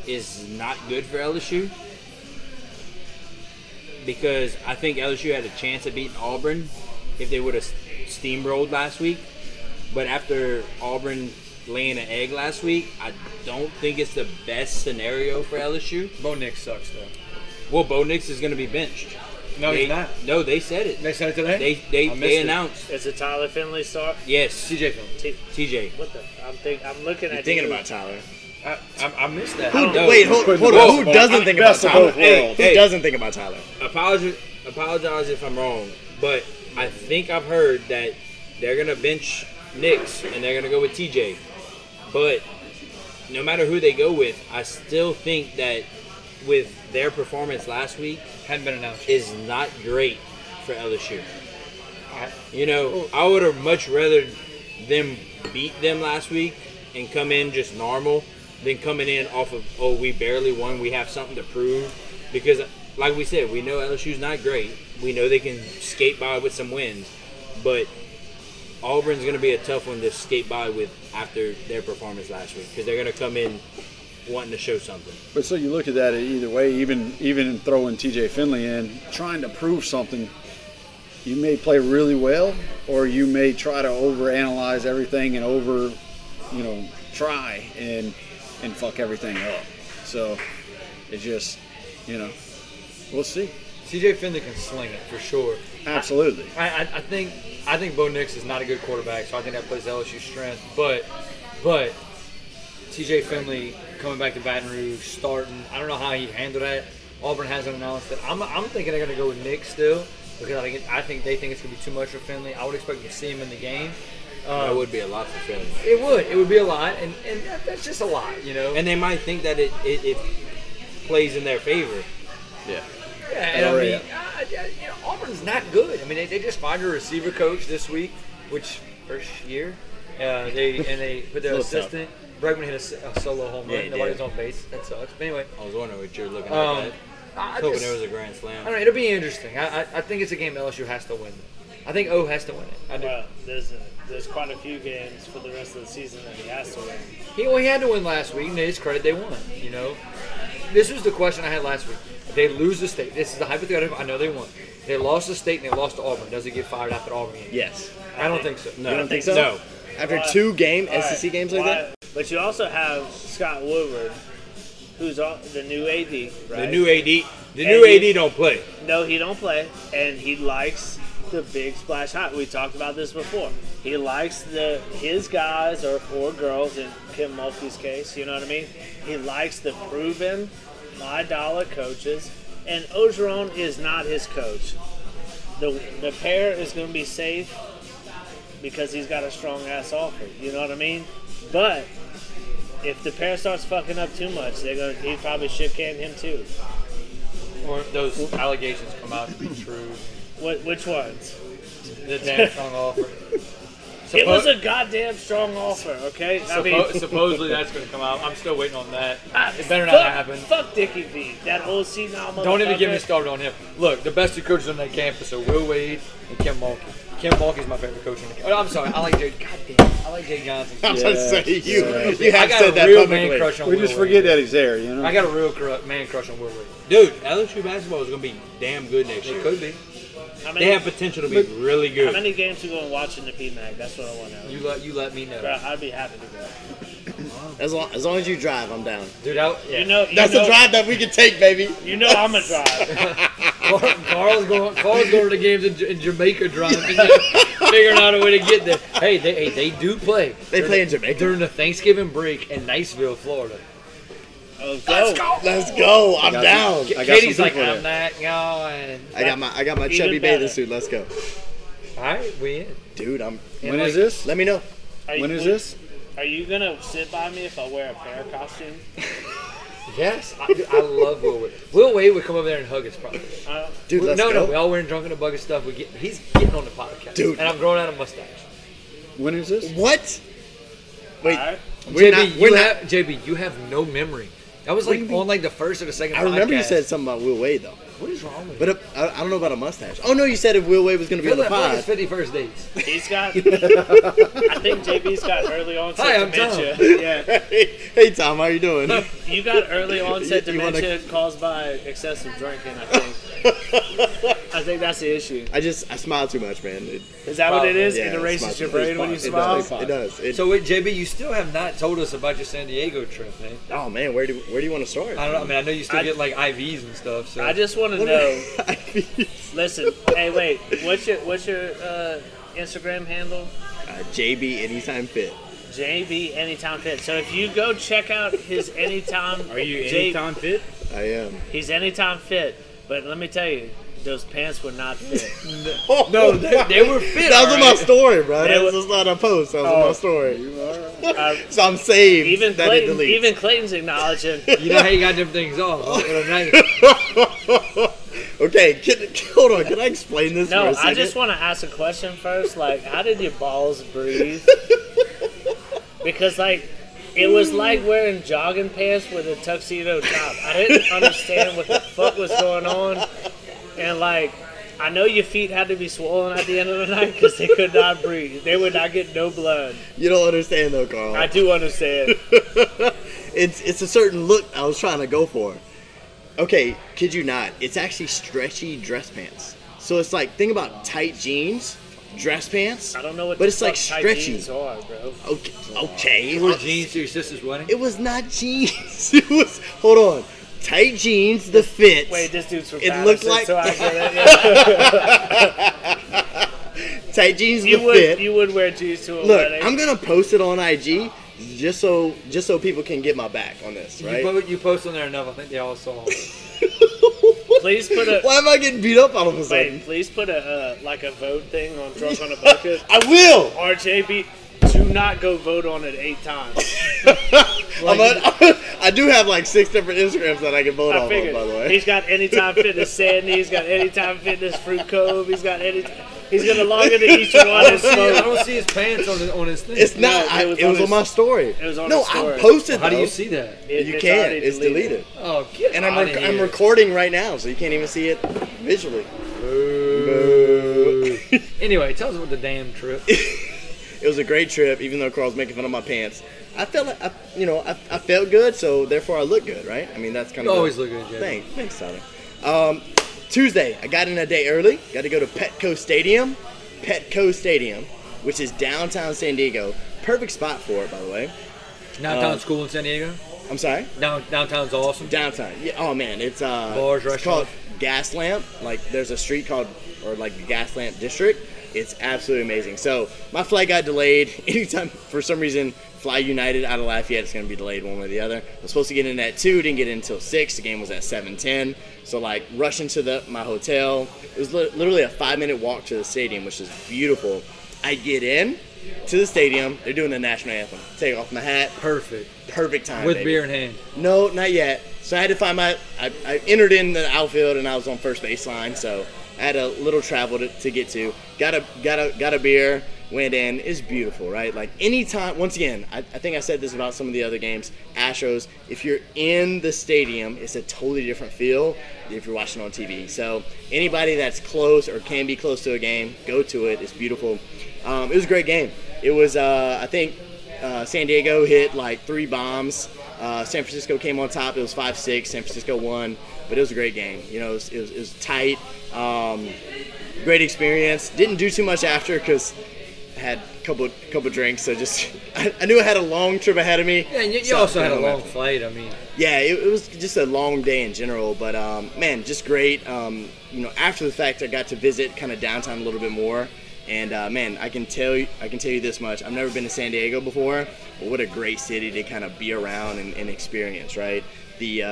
is not good for LSU because I think LSU had a chance of beating Auburn if they would have steamrolled last week. But after Auburn laying an egg last week, I don't think it's the best scenario for LSU.
Bo Nix sucks though.
Well, Bo Nix is going to be benched.
No,
they,
he's not.
No, they said it.
They said it today.
They they,
I missed
they
it.
announced.
It's a Tyler Finley start.
Yes,
CJ Phillips.
T-
TJ.
what the? I'm think. I'm looking
You're
at
thinking
you.
about Tyler.
I, I, I missed that.
Who,
don't know.
wait, hold, hold on. Who
Best of
doesn't
both-
think about
best of
Tyler?
both
Hey,
worlds.
who
Hey.
doesn't think about Tyler?
apologize, apologize if I'm wrong, but I think I've heard that they're gonna bench Knicks and they're gonna go with TJ. But no matter who they go with, I still think that with their performance last week
Hadn't been announced.
is not great for LSU.
I-
You know, I oh. would have much rather them beat them last week and come in just normal than coming in off of oh we barely won, we have something to prove. Because like we said, we know LSU's not great. We know they can skate by with some wins, but Auburn's going to be a tough one to skate by with after their performance last week because they're going to come in wanting to show something.
But so you look at that either way, even even throwing TJ Finley in, trying to prove something you may play really well, or you may try to overanalyze everything and over, you know, try and and fuck everything up. So it just, you know, we'll see.
CJ Finley can sling it for sure.
Absolutely.
I, I, I think I think Bo Nix is not a good quarterback, so I think that plays LSU's strength. But but TJ Finley coming back to Baton Rouge, starting. I don't know how he handled that. Auburn hasn't announced it. I'm, I'm thinking they're going to go with Nick still because I think, I think they think it's going to be too much for Finley. I would expect to see him in the game. Uh,
That would be a lot for Philly.
It would. It would be a lot, and, and that, that's just a lot, you know.
And they might think that it, it, it plays in their favor.
Yeah.
Yeah, and I
Oh,
mean,
yeah.
uh, yeah, you know, Auburn's not good. I mean, they, they just fired a receiver coach this week, which first year, uh, they and they put their
It's a little
assistant Bregman hit a s- a, solo home run.
Yeah, he
Nobody was
did.
on base. That sucks. But anyway,
I was wondering what you're looking
um,
at.
I, I
Hoping
just-
there was a grand
I
slam.
don't know. It'll be interesting. I, I, I think it's a game LSU has to win. I think O has to win it. I do.
Well, there's there's quite a few games for the rest of the season that he has to win.
He, well, he had to win last week, and to his credit, they won. You know, this was the question I had last week. If they lose the state, this is the hypothetical. I know they won. They lost the state and they lost to Auburn. Does he get fired after Auburn? Game?
Yes.
I don't think so.
You
No.
don't think so?
No.
After
Why-
two game
All right,
SEC E games like
why-
that,
But you also have Scott Woodward, who's all, the new AD, right?
The new AD, the
And
new
he-
AD don't play.
No, he don't play, and he likes the big splash hot. We talked about this before. He likes the his guys or, or girls in Kim Mulkey's case. You know what I mean? He likes the proven, high dollar coaches, and Ogeron is not his coach. The the pair is going to be safe because he's got a strong ass offer. You know what I mean? But if the pair starts fucking up too much, they're going. to He probably shit can him too.
Or if those allegations come out to be true,
What which ones?
the damn strong offer.
It was a goddamn strong offer, okay? I mean,
Suppo- supposedly that's going to come out. I'm still waiting on that.
I-
It better not
fuck,
happen.
Fuck Dickie V. That whole senile motherfucker.
Don't even get me started on him. Look, the best two coaches on that campus are Will Wade and Kim Mulkey. Kim Mulkey's my favorite coach on the campus. Oh, I'm sorry. I like Jay. God damn. it. I like Jay Johnson.
I'm about to say you you
I
have
got a
said that
real
publicly.
man crush on
We
Will
just
Wade.
forget that he's there, you know.
I got a real cru- man crush on Will Wade.
Dude, LSU basketball is going to be damn good next
It
year.
could be.
How many,
They have potential to be really
how
good.
many games we going watching the PMAC? That's what I want to know.
You let you let me
Bro,
know,
I'd be happy to go.
As long, as long as you drive, I'm down.
dude. I, yeah.
You know, you
That's
know,
a drive that we can take, baby.
You know I'm a drive.
Carl- Carl's going. Carl's going to the games in, in Jamaica, driving, figuring out a way to get there. Hey, they hey, they do play.
They play in
during
Jamaica.
the Thanksgiving break in Niceville, Florida.
Oh,
Let's go. I'm
got
down.
I got some
Katie's like,
people
I'm
there.
not going.
I got my I got my
Even
chubby
better.
bathing suit. Let's go,
All right, we in.
dude. I'm.
When is
And, like,
this?
Let me know.
Are you-
When is
would-
this?
Are you going to sit by me if I wear a pair costume?
Yes, I, dude, I love Will Wade. Will Wade would come over there and hug us probably.
Uh,
Dude, let's
no,
go.
no, we all wearing drunk in a bug of stuff. We get, he's getting on the podcast,
Dude.
and I'm growing out a mustache.
When is this?
What? Wait,
all right.
we're
JB,
not.
you
We're not.
have JB, you have no memory. That was like on like the first or the second.
I remember you
podcast.
said something about Will Wade though,
what is wrong with
but uh, I, I don't know about a mustache. Oh no, you said if Will Wade was going to
you?
be on
Feel
the
that like
pod.
it's 51st dates.
He's got. I think JB's got early onset
Hi, I'm Tom.
dementia. Yeah.
hey Tom, how you doing?
You got early onset
You- you wanna-
dementia caused by excessive drinking, I think. I think that's the issue.
I just I smile too much, man. It,
Is that what it is? it
yeah, I smile
erases
too
your
much.
brain when you
It
smile.
does. It does. It,
So wait, JB, you still have not told us about your San Diego trip, man.
oh man, where do where do you want to start?
I don't know. I mean, I know you still
I-
get like IVs and stuff. So
I just want to know.
know.
Listen, hey, wait. What's your what's your uh, Instagram handle?
Uh, JB anytime fit.
JB Anytime Fit. So if you go check out his Anytime,
Are you
J-
anytime fit?
I am.
He's Anytime Fit. But let me tell you, those pants were not fit.
no,
they, they were fit.
That was in
alright.
my story, bro.
They
That was
were-
just not a post. That was in
Oh.
my story.
Uh,
So I'm saved.
even
that it
Clayton,
deletes.
even Clayton's acknowledging.
You know how you got them things off. huh? What a night.
okay, can, hold on. Can I explain this for
No,
a second?
I just want to ask a question first. Like, how did your balls breathe? Because like, it was like wearing jogging pants with a tuxedo top. I didn't understand what the fuck was going on, and like, I know your feet had to be swollen at the end of the night because they could not breathe. They would not get no blood.
You don't understand though, Carl.
I do understand.
it's it's a certain look I was trying to go for. Okay, kid you not. It's actually stretchy dress pants. So it's like think about tight jeans, dress pants.
I don't know what.
But
the
it's like
fuck tight
stretchy.
jeans Are, bro.
Okay. Okay.
You wore jeans to your sister's wedding?
It was not jeans. It was hold on. Tight jeans, the fit.
Wait, this dude's from
It
Patterson,
looked like-
so I get it.
tight jeans,
you
the
would
fit.
you would wear jeans to a
Look,
wedding.
I'm gonna post it on IG just so just so people can get my back on this,
You,
right?
po- you post on there enough. I think they all saw. it.
Please put a-
Why am I getting beat up all of a
Wait,
sudden?
please put a uh, like a vote thing on drunk on a bucket.
I will.
RJB, do not go vote on it eight times.
I'm a, I do have like six different Instagrams that I can vote
I
on.
figured
By the way,
he's got Anytime Fitness Sandy, he's got Anytime Fitness Fruit Cove, he's got any. He's gonna log into each one and
See, I
smoke.
don't see his pants on his, on his thing.
It's not.
No,
I,
it was
it was,
on
on,
his-
my story.
it was on
no,
his story.
I posted.
How do
though.
you see that?
It-
you
it's
can't.
already
It's deleted.
Oh, get
And I'm,
outta
rec- I'm
here.
recording right now, so you can't even see it visually. Boo.
Anyway, tell us about the damn trip.
it was a great trip, even though Carl's making fun of my pants. I felt, like I, you know, I, I felt good, so therefore I look good, right? I mean, that's kind
You
of
always look good, Jay.
Thanks, thanks, Tyler. Um, Tuesday, I got in a day early. Got to go to Petco Stadium, Petco Stadium, which is downtown San Diego. Perfect spot for it, by the way.
Downtown's cool in San Diego.
I'm sorry.
Down, downtown's awesome.
Downtown. Yeah. Oh man, it's uh,
Bars,
it's called
restaurants.
Gas Lamp. Like there's a street called or like the Gas Lamp District. It's absolutely amazing. So my flight got delayed. Anytime for some reason, Fly United out of Lafayette it's gonna be delayed one way or the other. I was supposed to get in at two, didn't get in until six. The game was at seven ten. So like rushing to the my hotel. It was li- literally a five minute walk to the stadium, which is beautiful. I get in to the stadium. They're doing the national anthem. Take off my hat.
Perfect.
Perfect time.
With
baby.
beer in hand.
No, not yet. So I had to find my. I, I entered in the outfield and I was on first baseline, so I had a little travel to, to get to. Got a got a got a beer. Went in. It's beautiful, right? Like anytime. Once again, I, I think I said this about some of the other games. Astros. If you're in the stadium, it's a totally different feel if you're watching on TV. So anybody that's close or can be close to a game, go to it. It's beautiful. Um, it was a great game. It was. Uh, I think uh, San Diego hit like three bombs. Uh, San Francisco came on top. It was five six. San Francisco won, but it was a great game. You know, it was, it was, it was tight. Um, great experience. Didn't do too much after because had a couple couple drinks. So just I, I knew I had a long trip ahead of me.
Yeah, and you, you
so I
also had
went
a
home
long
after.
flight. I mean,
Yeah, it, it was just a long day in general, but um, man, just great. Um, you know, after the fact, I got to visit kind of downtown a little bit more, and uh, man, I can tell you, I can tell you this much: I've never been to San Diego before, but what a great city to kind of be around and, and experience, right? The, uh,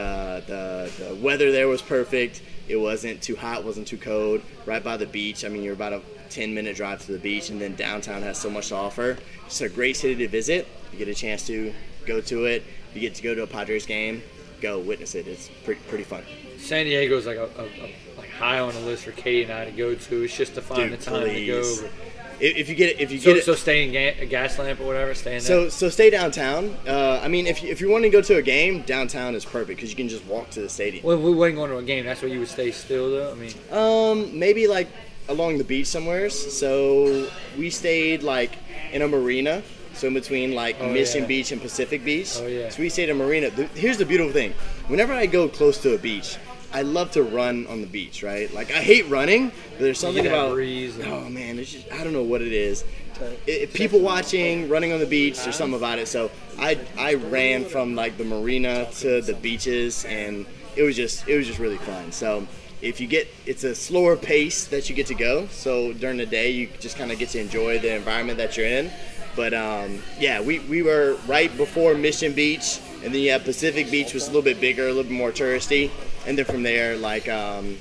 the the weather there was perfect. It wasn't too hot, wasn't too cold. Right by the beach. I mean, you're about a 10 minute drive to the beach, and then downtown has so much to offer. It's a great city to visit. You get a chance to go to it. You get to go to a Padres game. Go witness it. It's pretty pretty fun.
San Diego's like a, a, a like high on the list for Katie and I to go to. It's just to find
Dude,
the time to go.
please. If, if you get it, if you
So,
get it,
so stay in ga- a gas lamp or whatever. Stay in
So,
there.
so stay downtown. Uh, I mean, if you, if you want to go to a game, downtown is perfect because you can just walk to the stadium.
Well, we weren't going to a game. That's where you would stay still, though. I mean,
Um, maybe like along the beach somewheres. So we stayed like in a marina. So in between like Mission
Oh, yeah.
Beach and Pacific Beach.
Oh, yeah.
So we stayed in a marina. The, here's the beautiful thing: whenever I go close to a beach, I love to run on the beach. Right? Like I hate running, but there's something
that
about
breeze and-
oh man, it's just I don't know what it is. It, it- people watching, running on the beach, there's something about it. So I I ran from like the marina to the beaches, and it was just it was just really fun. So if you get it's a slower pace that you get to go. So during the day, you just kind of get to enjoy the environment that you're in. But um, yeah, we, we were right before Mission Beach, and then you have Pacific Beach, was a little bit bigger, a little bit more touristy, and then from there, like um,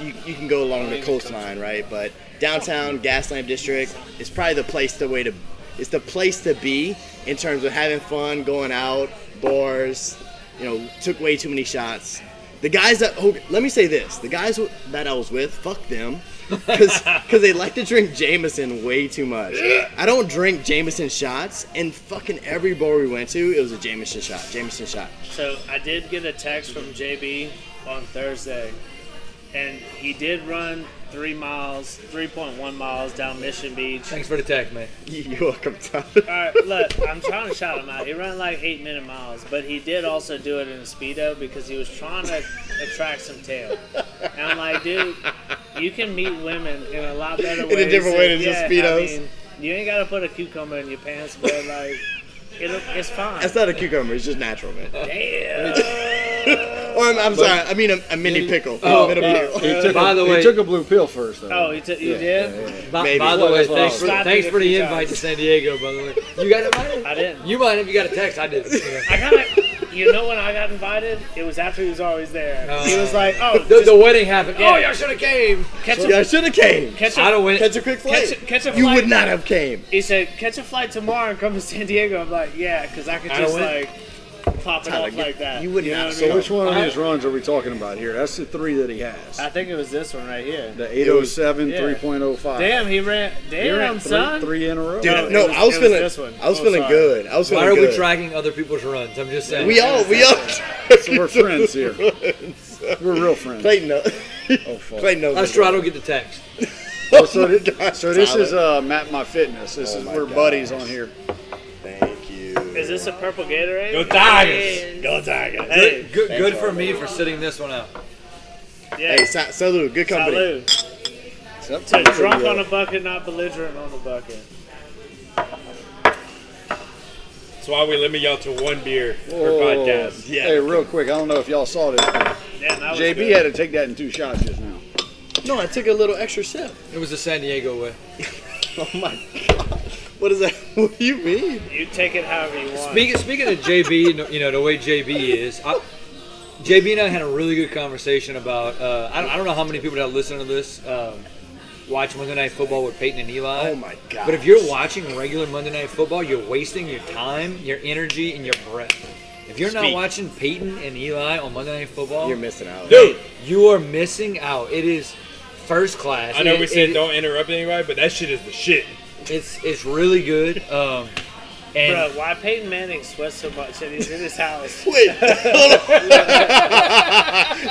you, you can go along the coastline, right? But downtown Gaslamp District is probably the place the way to it's the place to be in terms of having fun, going out, bars. You know, took way too many shots. The guys that oh, let me say this: the guys who- that I was with, fuck them, because they like to drink Jameson way too much. I don't drink Jameson shots, and fucking every bar we went to, it was a Jameson shot, Jameson shot.
So I did get a text from JB on Thursday, and he did run three miles, three point one miles down Mission Beach.
thanks for the tech, man.
You're welcome, Tyler.
All right, look, I'm trying to shout him out. He ran like eight minute miles, but he did also do it in a speedo because he was trying to attract some tail. And I'm like, dude, you can meet women in a lot better
In
ways.
a different way than
yeah,
just
I
Speedos.
mean, you ain't gotta put a cucumber in your pants, but like, it'll, it's fine.
That's not a cucumber. It's just natural, man.
Damn.
Or I'm, I'm sorry. I mean a, a mini pickle. Oh, mini pickle.
He took,
Uh, By
a,
the
he
way-
took a blue pill first, though.
oh, you, t- you
Yeah,
did?
yeah, yeah.
By,
Maybe.
by the
Well,
way,
that's what I
thanks
was
for,
thinking.
thanks for
Stopped
the
it a few
invite to
times.
San Diego. By the way, you got invited.
I didn't.
You might have. You got a text. I did.
I got You know when I got invited? It was after he was always there. he was like, oh,
The,
just
the wedding happened.
Yeah.
Oh, y'all should have came.
catch
Yeah, I
a,
should have came.
catch a,
I don't win.
Catch a quick flight.
catch a, catch a flight.
you would not have came.
He said, catch a flight tomorrow and come to San Diego. I'm like, yeah, because I could
I don't
just
win.
like pop it
Tyler,
off
you-
like that.
you would
know
not.
what I
So
mean?
Which one of his runs are we talking about here? That's the three that he has.
I think it was this one right here.
The 807,
yeah.
3.05.
Damn, he ran.
You're
Damn,
at oh three,
son.
three in a row.
Dude,
No, it
no,
was-
I was
it was
feeling.
this one.
I was
Oh,
feeling
sorry.
good. I was feeling
Why are
good.
we tracking other people's runs? I'm just saying.
We all, we all.
So we're friends here. We're real friends.
Clayton, no.
Oh, fuck.
Clayton, no.
Us try don't get the text.
Oh, so, thi-
God,
so this
Tyler.
is uh, Map My Fitness. This
Oh
is
my
we're
gosh.
buddies on here.
Thank you.
Is this a purple Gatorade? Go
Tigers!
Go Tigers!
Good,
Hey,
good, good for me for sitting this one out.
yeah.
Hey, sa- salute. Good company.
Salute.
Except
So
for
drunk
the,
on
uh,
a bucket, not belligerent on a bucket.
That's why we limit y'all to one beer
whoa,
per
whoa, whoa.
podcast.
Yeah.
Oh. Hey, real quick, I don't know if y'all saw this. but
Damn, that was
JB
Oh, good.
had to take that in two shots just now.
No, I took a little extra sip.
It was the San Diego way.
Oh my god. What is that? What do you mean?
You take it however you want.
Speaking speaking of JB, no- you know the way JB is. I, JB and I had a really good conversation about. Uh, I, don't, I don't know how many people that listen to this um, watch Monday Night Football with Peyton and Eli.
Oh my god.
But if you're watching regular Monday Night Football, you're wasting your time, your energy, and your breath. If you're not
Speak.
watching Peyton and Eli on Monday Night Football,
you're missing out.
Dude,
you are missing out. It is first class.
I know
It-
we said
it-
don't interrupt anybody, but that shit is the shit.
It's it's really good. Um, and
Bro, why Peyton Manning sweats so much and he's in his house?
Wait. Hold on.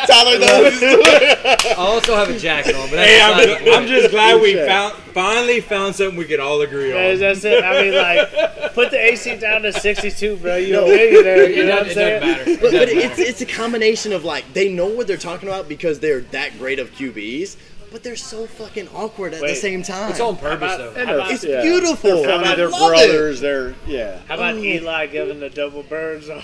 Tyler knows.
I also have a jacket on, but that's
Hey, I'm,
not the
ju- I'm
point.
just glad we
Touche.
found finally found something we could all agree
That's
on.
that's it. I mean, like, put the AC down to 62, bro. You're a millionaire. You
It
know what I'm
doesn't, it doesn't
saying?
matter. It
But, but
doesn't
it's
matter.
it's a combination of like they know what they're talking about because they're that great of QBs, but they're so fucking awkward at the
Wait.
same time.
It's on purpose
about-
though.
How about,
It's
Yeah.
beautiful.
They're funny.
I
They're
love
brothers. They're yeah.
how about Eli giving the double birds on?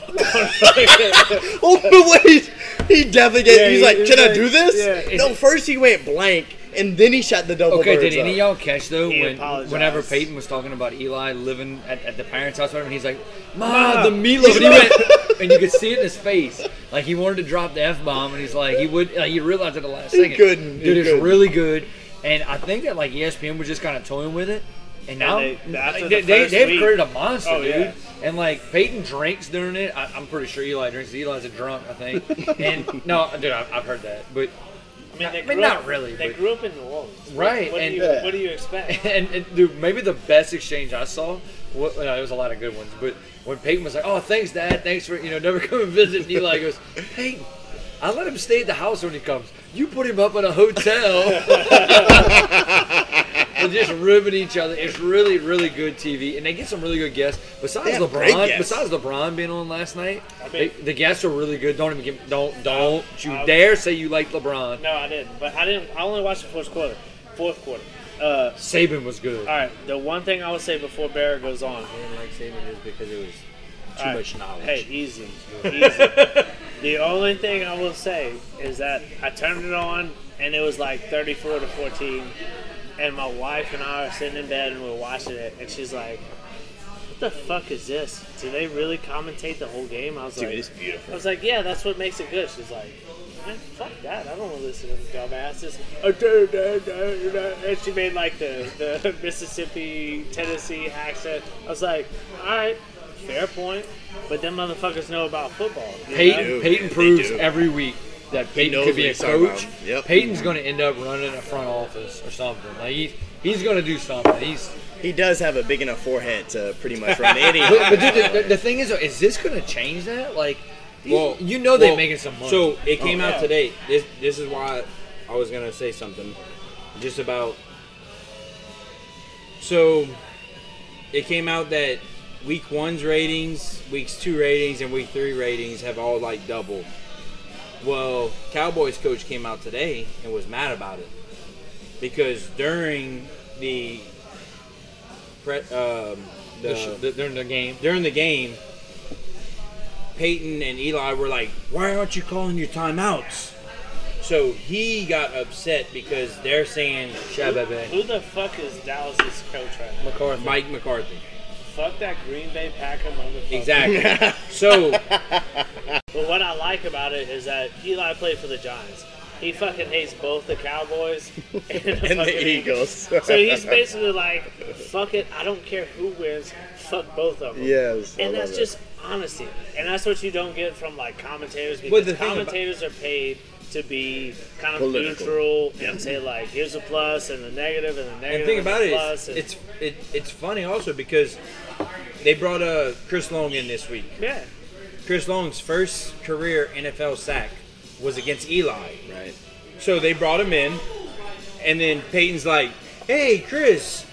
It. Oh but wait, he definitely gave,
Yeah,
he's
he-
like,
he's
can I
like-
do this?
yeah.
No, first he went blank and then he shot the double.
Okay, did
birds
any
up.
of y'all catch though
He
when
apologized.
whenever Peyton was talking about Eli living at, at the parents' house, whatever, and he's like, "Ma, the meatloaf," and he went, and you could see it in his face, like he wanted to drop the f bomb, and he's like, he would, like, he realized at the last second,
couldn't. He
dude, it's
couldn't.
really good, and I think that like E ESPN was just kind of toying with it, and now
they- after
like,
the
they, they,
first
they've
week-
created a monster,
Oh,
dude.
yeah.
And like Peyton drinks during it. I, I'm pretty sure Eli drinks. Eli's a drunk, I think. And no, dude, I, I've heard that, but
I mean, they
I mean,
grew
not
up,
really,
They
but-
grew up in New Orleans.
Right,
What,
and-
do, you,
Yeah.
what do you expect?
and, and dude, maybe the best exchange I saw. Well, no, there was a lot of good ones, but when Peyton was like, "Oh, thanks, Dad. Thanks for you know never come and visit," and Eli goes, "Peyton, I let him stay at the house when he comes. You put him up in a hotel." and just ribbing each other. It's really, really good TV, and they get some really good guests. Besides
have great
LeBron,
guests.
besides LeBron being on last night, they,
mean-
the guests are really good. Don't even give, don't don't you
I-
dare say you like LeBron.
No, I didn't. But I didn't. I only watched the fourth quarter. Fourth quarter. Uh,
Saban was good.
all right. The one thing I will say before Barrett goes on.
didn't like saying it is because it was too
All right.
knowledge.
Hey, easy, easy. the only thing I will say is that I turned it on and it was like 34 to 14, and my wife and I are sitting in bed and we're watching it, and she's like, "What the fuck is this? Do they really commentate the whole game?" I was
Dude,
like,
it's beautiful.
I was like, "Yeah, that's what makes it good." She's like. Man, fuck that! I don't want to listen to the dumbasses. Oh, da, da, da, da. And she made like the, the Mississippi, Tennessee accent. I was like, all right, fair point. But them motherfuckers know about football. you
Peyton,
know?
do.
Peyton
They
proves
do.
every week that Peyton
knows
could be
what
a
he's talking
coach.
about. Yep.
Peyton's going to end up running a front office or something. Like he's he's going to do something. He's
He does have a big enough forehead to pretty much run any.
but, but dude, the, the, the thing is, though, is this going to change that? Like, these- you know they're
well,
making some money. Oh,
So it came out
yeah.
today. This this is why I was gonna say something, just about. So, it came out that week one's ratings, weeks two ratings, and week three ratings have all like doubled. Well, Cowboys coach came out today and was mad about it. because during the pre, um, the,
The sh- the- during the game.
during the game, Peyton and Eli were like, "Why aren't you calling your timeouts?" So he got upset because they're saying
Who the fuck is Dallas's coach right now?
McCarthy.
Mike McCarthy.
Fuck that Green Bay Packer motherfucker.
Exactly. so
But what I like about it is that Eli played for the Giants. He fucking hates both the Cowboys and the,
and
fucking
the Eagles.
So he's basically like, fuck it, I don't care who wins, fuck both of them.
Yes, I
And that's
love it.
just honesty. And that's what you don't get from like commentators
Well,
because
the thing about-
commentators are paid to be kind of
Political.
neutral and say like, here's a plus and a negative and a
and
negative
think about
a
it,
plus
it's
and-
it's, it, it's funny also because they brought uh, Chris Long in this week.
yeah.
Chris Long's first career NFL sack was against Eli.
Right.
So they brought him in, and then Peyton's like, "Hey, Chris,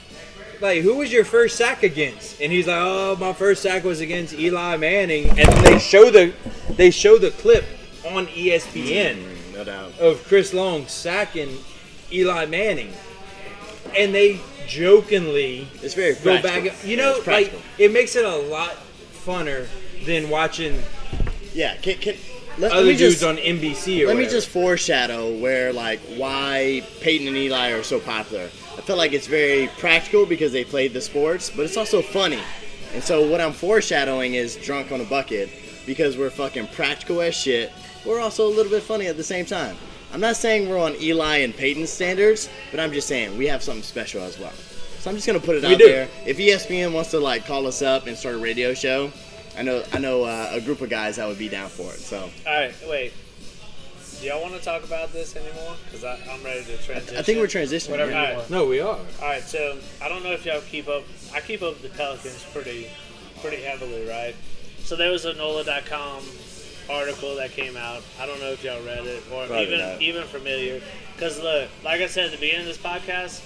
like, who was your first sack against?" And he's like, "Oh, my first sack was against Eli Manning." And then they show the they show the clip on E ESPN
No doubt.
of Chris Long sacking Eli Manning, and they jokingly
It's very
go
practical.
back.
Yeah,
You know,
it's
like
practical.
it makes it a lot funner than watching
yeah. Can, can, let, let
other
me
dudes
just
on NBC or
let me
whatever.
just foreshadow where like why Peyton and Eli are so popular. I feel like it's very practical because they played the sports, but it's also funny. And so what I'm foreshadowing is drunk on a bucket because we're fucking practical as shit. We're also a little bit funny at the same time. I'm not saying we're on Eli and Peyton standards, but I'm just saying we have something special as well. So I'm just gonna put it
We
out
do.
there. If E ESPN wants to like call us up and start a radio show, I know I know uh, a group of guys that would be down for it. So
All right, wait. Do y'all want to talk about this anymore? Because I'm ready to transition.
I think we're transitioning.
All right,
No, we are.
all right. So I don't know if y'all keep up. I keep up with the Pelicans pretty, pretty heavily, right? So there was a NOLA.com article that came out. I don't know if y'all read it or
Probably
even
not.
even familiar. Because look, like I said at the beginning of this podcast,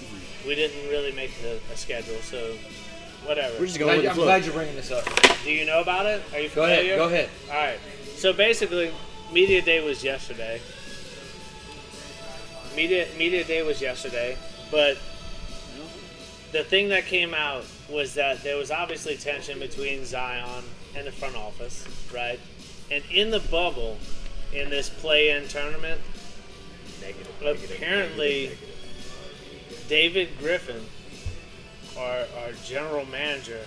we didn't really make the, a schedule, so whatever.
We're just going with
Glad-
the
I'm
flow.
glad you're bringing this up.
Do you know about it? Are you
Go ahead.
familiar?
Go ahead.
All right. So basically, media day was yesterday. Media media day was yesterday, but the thing that came out was that there was obviously tension between Zion and the front office, right? And in the bubble, in this play-in tournament, apparently David Griffin, our our general manager,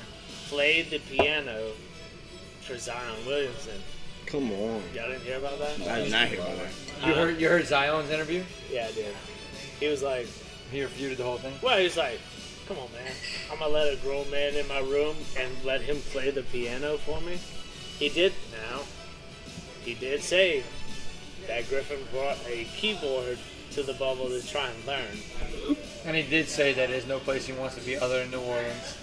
played the piano for Zion Williamson.
Come on.
Y'all didn't hear about that?
I did not hear about that.
You heard you heard Zion's interview.
Yeah, I did. He was like,
He refuted the whole thing.
well, he was like, come on, man. I'm going to let a grown man in my room and let him play the piano for me. He did now. He did say that Griffin brought a keyboard to the bubble to try and learn.
And he did say that there's no place he wants to be other than New Orleans,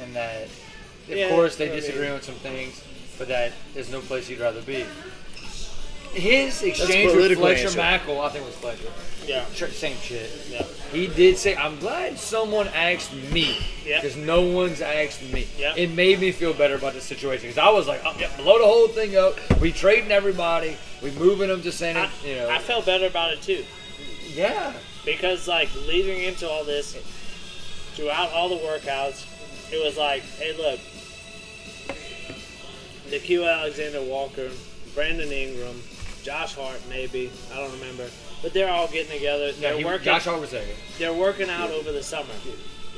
and that of
Yeah,
course they
I mean-
disagree on some things, but that there's no place he'd rather be. His exchange with
political
Fletcher
answer.
Mackle, I think, was Fletcher.
Yeah.
Tr- Same shit.
Yeah.
He did say, "I'm glad someone asked me
Yeah.
because no one's asked me."
Yeah.
It made me feel better about the situation because I was like, oh, yeah, "Blow the whole thing up. We trading everybody. We moving them to San
I,
You know,
I felt better about it too.
yeah."
because like leading into all this throughout all the workouts it was like hey look Nikhil Alexander Walker Brandon Ingram Josh Hart maybe I don't remember but they're all getting together
Yeah,
they're
he,
working
Josh Hart was there.
they're working out over the summer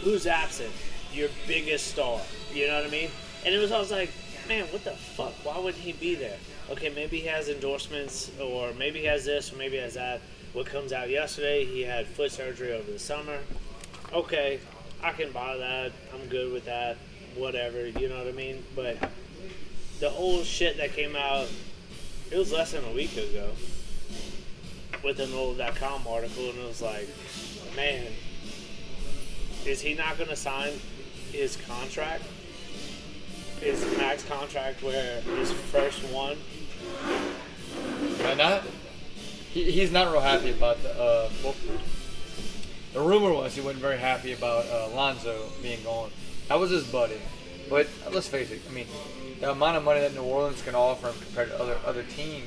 who's absent your biggest star you know what I mean and it was I was like man what the fuck why wouldn't he be there okay maybe he has endorsements or maybe he has this or maybe he has that what comes out yesterday he had foot surgery over the summer okay, I can buy that. I'm good with that. Whatever, you know what I mean? But the whole shit that came out, it was less than a week ago with an old .com article, and it was like, man, is he not going to sign his contract? His max contract, where his first one,
Why not? He, he's not real happy about the. Uh, well, the rumor was he wasn't very happy about uh, Lonzo being gone. That was his buddy. But uh, let's face it. I mean, the amount of money that New Orleans can offer him compared to other other teams.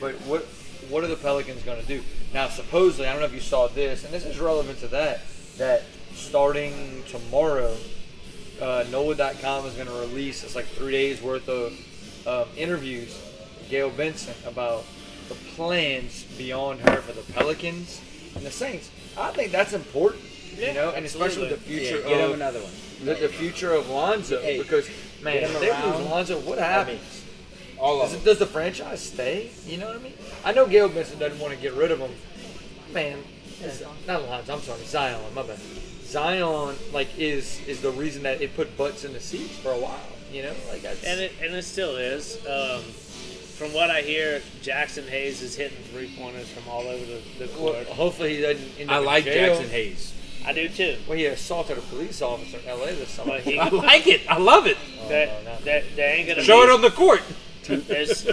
But what what are the Pelicans going to do? Now, supposedly, I don't know if you saw this, and this is relevant to that, that starting tomorrow, uh, NOAA.com is going to release, it's like three days worth of um, interviews, Gail Benson, about the plans beyond her for the Pelicans and the Saints. I think that's important, you know, and especially with the future
Yeah, get him
of
another one.
The, the future of Lonzo,
Hey,
because man,
get him
if they
around.
lose Lonzo, what
I
happens?
mean, all of
Does,
them.
does the franchise stay? You know what I mean? I know Gail Benson doesn't want to get rid of him. Man, eh, not Lonzo. I'm sorry, Zion. My bad. Zion, like, is is the reason that it put butts in the seats for a while. You know, like that's,
And it and it still is. Um, from what I hear, Jackson Hayes is hitting three pointers from all over the, the
well,
court.
hopefully he doesn't. End up
I
in
like
jail.
Jackson Hayes.
I do too.
Well, he assaulted a police officer in L.A. this summer.
But he,
I like it. I love it.
no,
that,
not-
that, that ain't gonna
Show
be,
it on the court.
There's,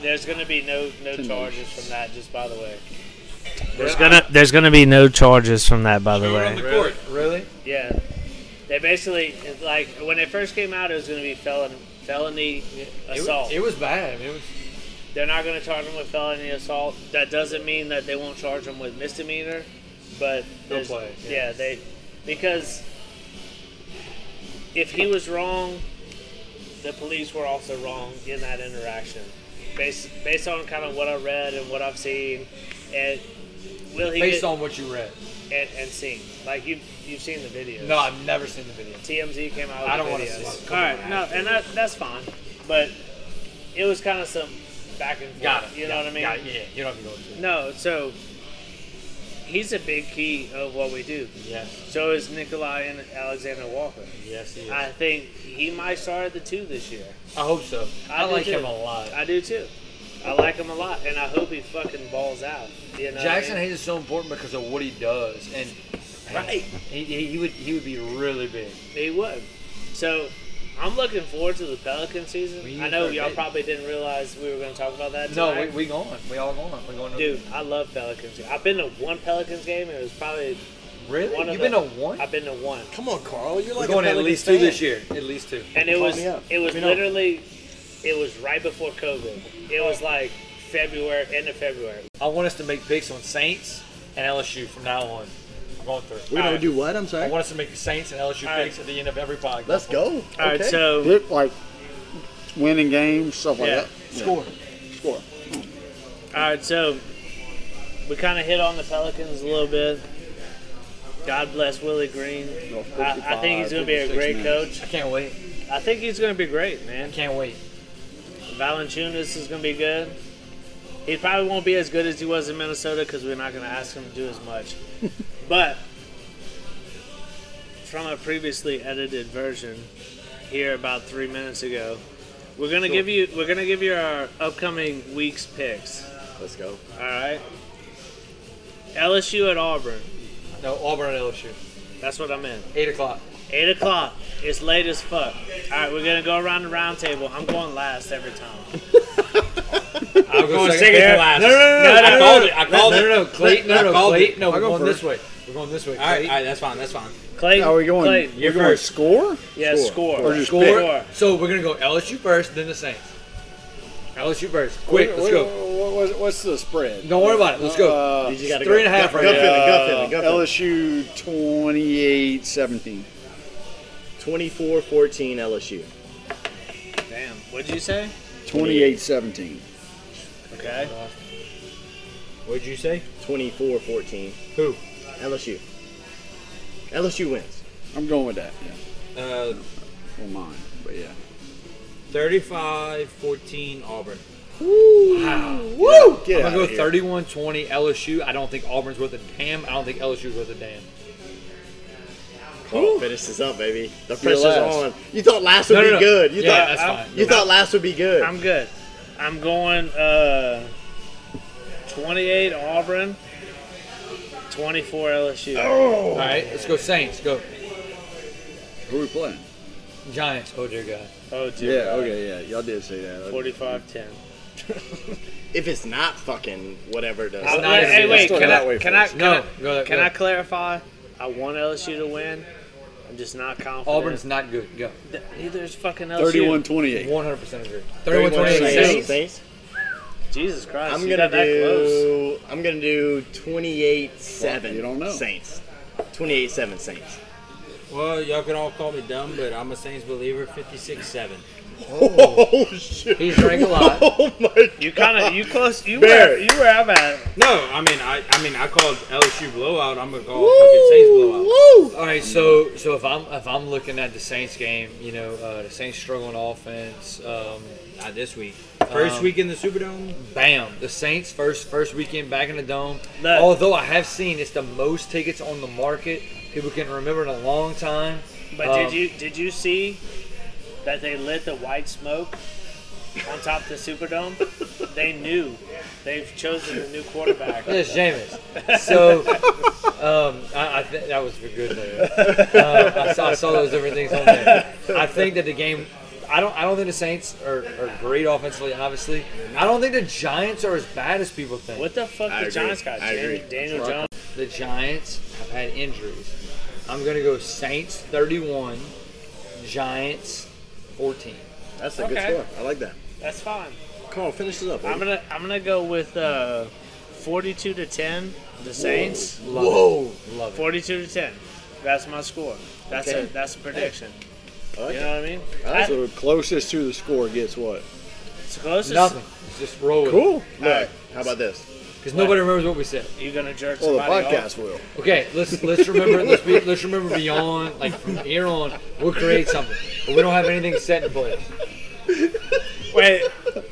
there's gonna be no no charges from that. Just by the way, there's gonna there's gonna be no charges from that. By the
Show it on
way,
the court.
really?
yeah. They basically like when it first came out, it was gonna be felon felony
It was-
assault.
It, was bad. I mean, it was.
They're not going to charge him with felony assault. That doesn't mean that they won't charge him with misdemeanor, but there's-
play,
Yeah.
yeah.
they because if he was wrong, the police were also wrong in that interaction. Based based on kind of what I read and what I've seen, and will he
Based
get,
on what you read.
and, and seen like you you've seen the video.
No, I've never seen the video.
TMZ came out. With
I
the
don't wanna
videos.
see it.
All right, no, and that that's fine, but it was kind of some back and forth.
Got it.
You know
got
what I
it,
mean?
got it. Yeah, yeah, you don't have to go into it.
No, so he's a big key of what we do.
Yes,
So is Nikolai and Alexander Walker.
yes, he is.
I think he might start at the two this year.
I hope so. I,
I do
like
too.
him a lot.
I do too. I like him a lot, and I hope he fucking balls out. You know,
Jackson
I mean?
Hayes is so important because of what he does, and
Right.
he, he, he would he would be really big.
he would. So I'm looking forward to the Pelican season.
We
I know
are
y'all
big.
probably didn't realize we were going to talk about that.
No, we,
tonight.
we going, we all going, we going. To,
Dude, I love Pelicans. I've been to one Pelicans game, and it was probably
really?
one
You've
of
been
the,
to one?
I've been to one.
Come on, Carl. You're
We're
like
going
a
at
Pelicans
least two
fan.
this year. At least two.
and it
Call
was
me up.
it was
Let me know.
literally it was right before COVID. It was like February, end of February.
I want us to make picks on Saints and LSU from now on. I'm going through.
We're gonna
Alright.
do what? I'm
I
sorry.
want us to make the Saints and LSU
All right.
picks at the end of every podcast.
Let's go.
All right,
Okay.
so
Hit, like winning games, stuff like
Oh. Yeah.
that. Score. Score.
all right, so we kind of hit on the Pelicans a little bit. God bless Willie Green.
Go
I, I think he's going to be a
55,
great
56
coach.
I can't wait.
I think he's going to be great,
I
man.
can't wait.
Valanciunas is going to be good. He probably won't be as good as he was in Minnesota because we're not going to ask him to do as much. but from a previously edited version here about three minutes ago, we're gonna give you we're gonna give you our upcoming week's picks.
Let's go.
All right. LSU at Auburn.
No, Auburn and LSU.
That's what I'm in.
Eight o'clock.
Eight o'clock. It's late as fuck. All right, we're gonna go around the round table. I'm going last every time.
I'm going
second.
second to
There-
last.
No, no, no, no,
I
no,
called
no,
it. I
No,
called
no,
it.
no, no, Clayton.
I
No, no,
called it.
Clayton. No,
I'll
we're
go
going this
first.
way. We're going this way.
All right,
Clayton.
all right, that's fine. That's fine.
Clayton.
Are we going?
Clayton.
You're
You're
going
first.
score?
Yeah, score.
Or just
Score.
pick?
Score.
So we're gonna go LSU first, then the Saints. LSU first. Quick,
What-
let's go.
what- what- what's the spread?
Don't worry about it. Let's go.
Uh,
You just gotta
three
go.
and a half
Gut- gut
right now.
feeling, gut feeling, gut feeling.
LSU 28 17.
24-14 LSU.
Damn. What'd you say?
28 17.
Okay.
What'd you say?
24-14
Who?
LSU. LSU wins.
I'm going with that. Yeah.
Uh,
Well, mine. But yeah.
35-14 Auburn.
Woo! Get
I'm
out
gonna
of
go
here.
31 20 LSU. I don't think Auburn's worth a damn. I don't think LSU's worth a damn.
Carl, finish this up, baby. The pressure's
last.
on. You thought last would
No,
be
no, no.
good. You
Yeah,
thought
that's
I-
fine.
You thought last would be good.
I'm good. I'm going uh, 28 Auburn, 24 LSU.
Oh.
All right, let's go Saints. Go
Who we playing?
Giants. Oh dear God.
Oh, dear.
Yeah, okay, yeah. Y'all did say that.
45 10.
if it's not fucking whatever does.
It's
Hey,
not gonna
hey, Uh,
be-
wait,
let's go
can
that
I,
way
can, I,
first.
can,
No,
I,
go that-
can
go.
I clarify? I want LSU to win. I'm just not confident.
Auburn's not good. Go.
Th- Neither is fucking LSU.
31 28.
100 percent agree. 31
Saints.
28
Saints.
Saints.
Jesus Christ,
I'm
you got
gonna
that close.
do. I'm gonna do 28-7
Well, you don't know.
Saints. 28-7 Saints.
Well, y'all can all call me dumb, but I'm a Saints believer. 56-7.
Oh, shit!
He's drank a lot.
Oh my!
You kind of you close. You were
Barrett.
you were I'm at.
No, I mean I I mean I called LSU blowout. I'm gonna call fucking Saints blowout.
All right, so so if I'm if I'm looking at the Saints game, you know, uh, the Saints struggle on offense. Um,
Not this week. First
Um,
week in the Superdome.
bam, the Saints first first weekend back in the dome.
That-
Although I have seen it's the most tickets on the market people can remember in a long time.
But did
Um,
you did you see that they lit the white smoke on top of the Superdome? they knew they've chosen a new quarterback.
Yes, Jameis. So, um, I, I th- that was for good. though. Uh, I, saw, I saw those different things on there. I think that the game. I don't. I don't think the Saints are, are great offensively. Obviously, I don't think the Giants are as bad as people think.
What the fuck
I
the
agree.
Giants got?
I
Daniel,
agree.
Daniel
That's
Jones.
The Giants have had injuries. I'm gonna go Saints 31, Giants 14.
That's a
Okay.
good score. I like that.
That's fine.
Come on, finish this up.
I'm
baby.
gonna I'm gonna go with uh, 42 to 10. The Saints.
Love
Whoa.
it. love it.
42 to 10. That's my score. That's a
Okay.
that's a prediction.
I like
You
that.
know what I mean?
That's
I-
So closest to the score gets what?
it's closest.
Nothing. Just roll with
Cool.
All right. How about this?
because nobody remembers what we said.
You gonna jerk
Well, the
somebody
podcast
off?
will.
Okay, let's let's remember let's, be, let's remember beyond like from here on we'll create something, but we don't have anything set in place.
Wait,
No,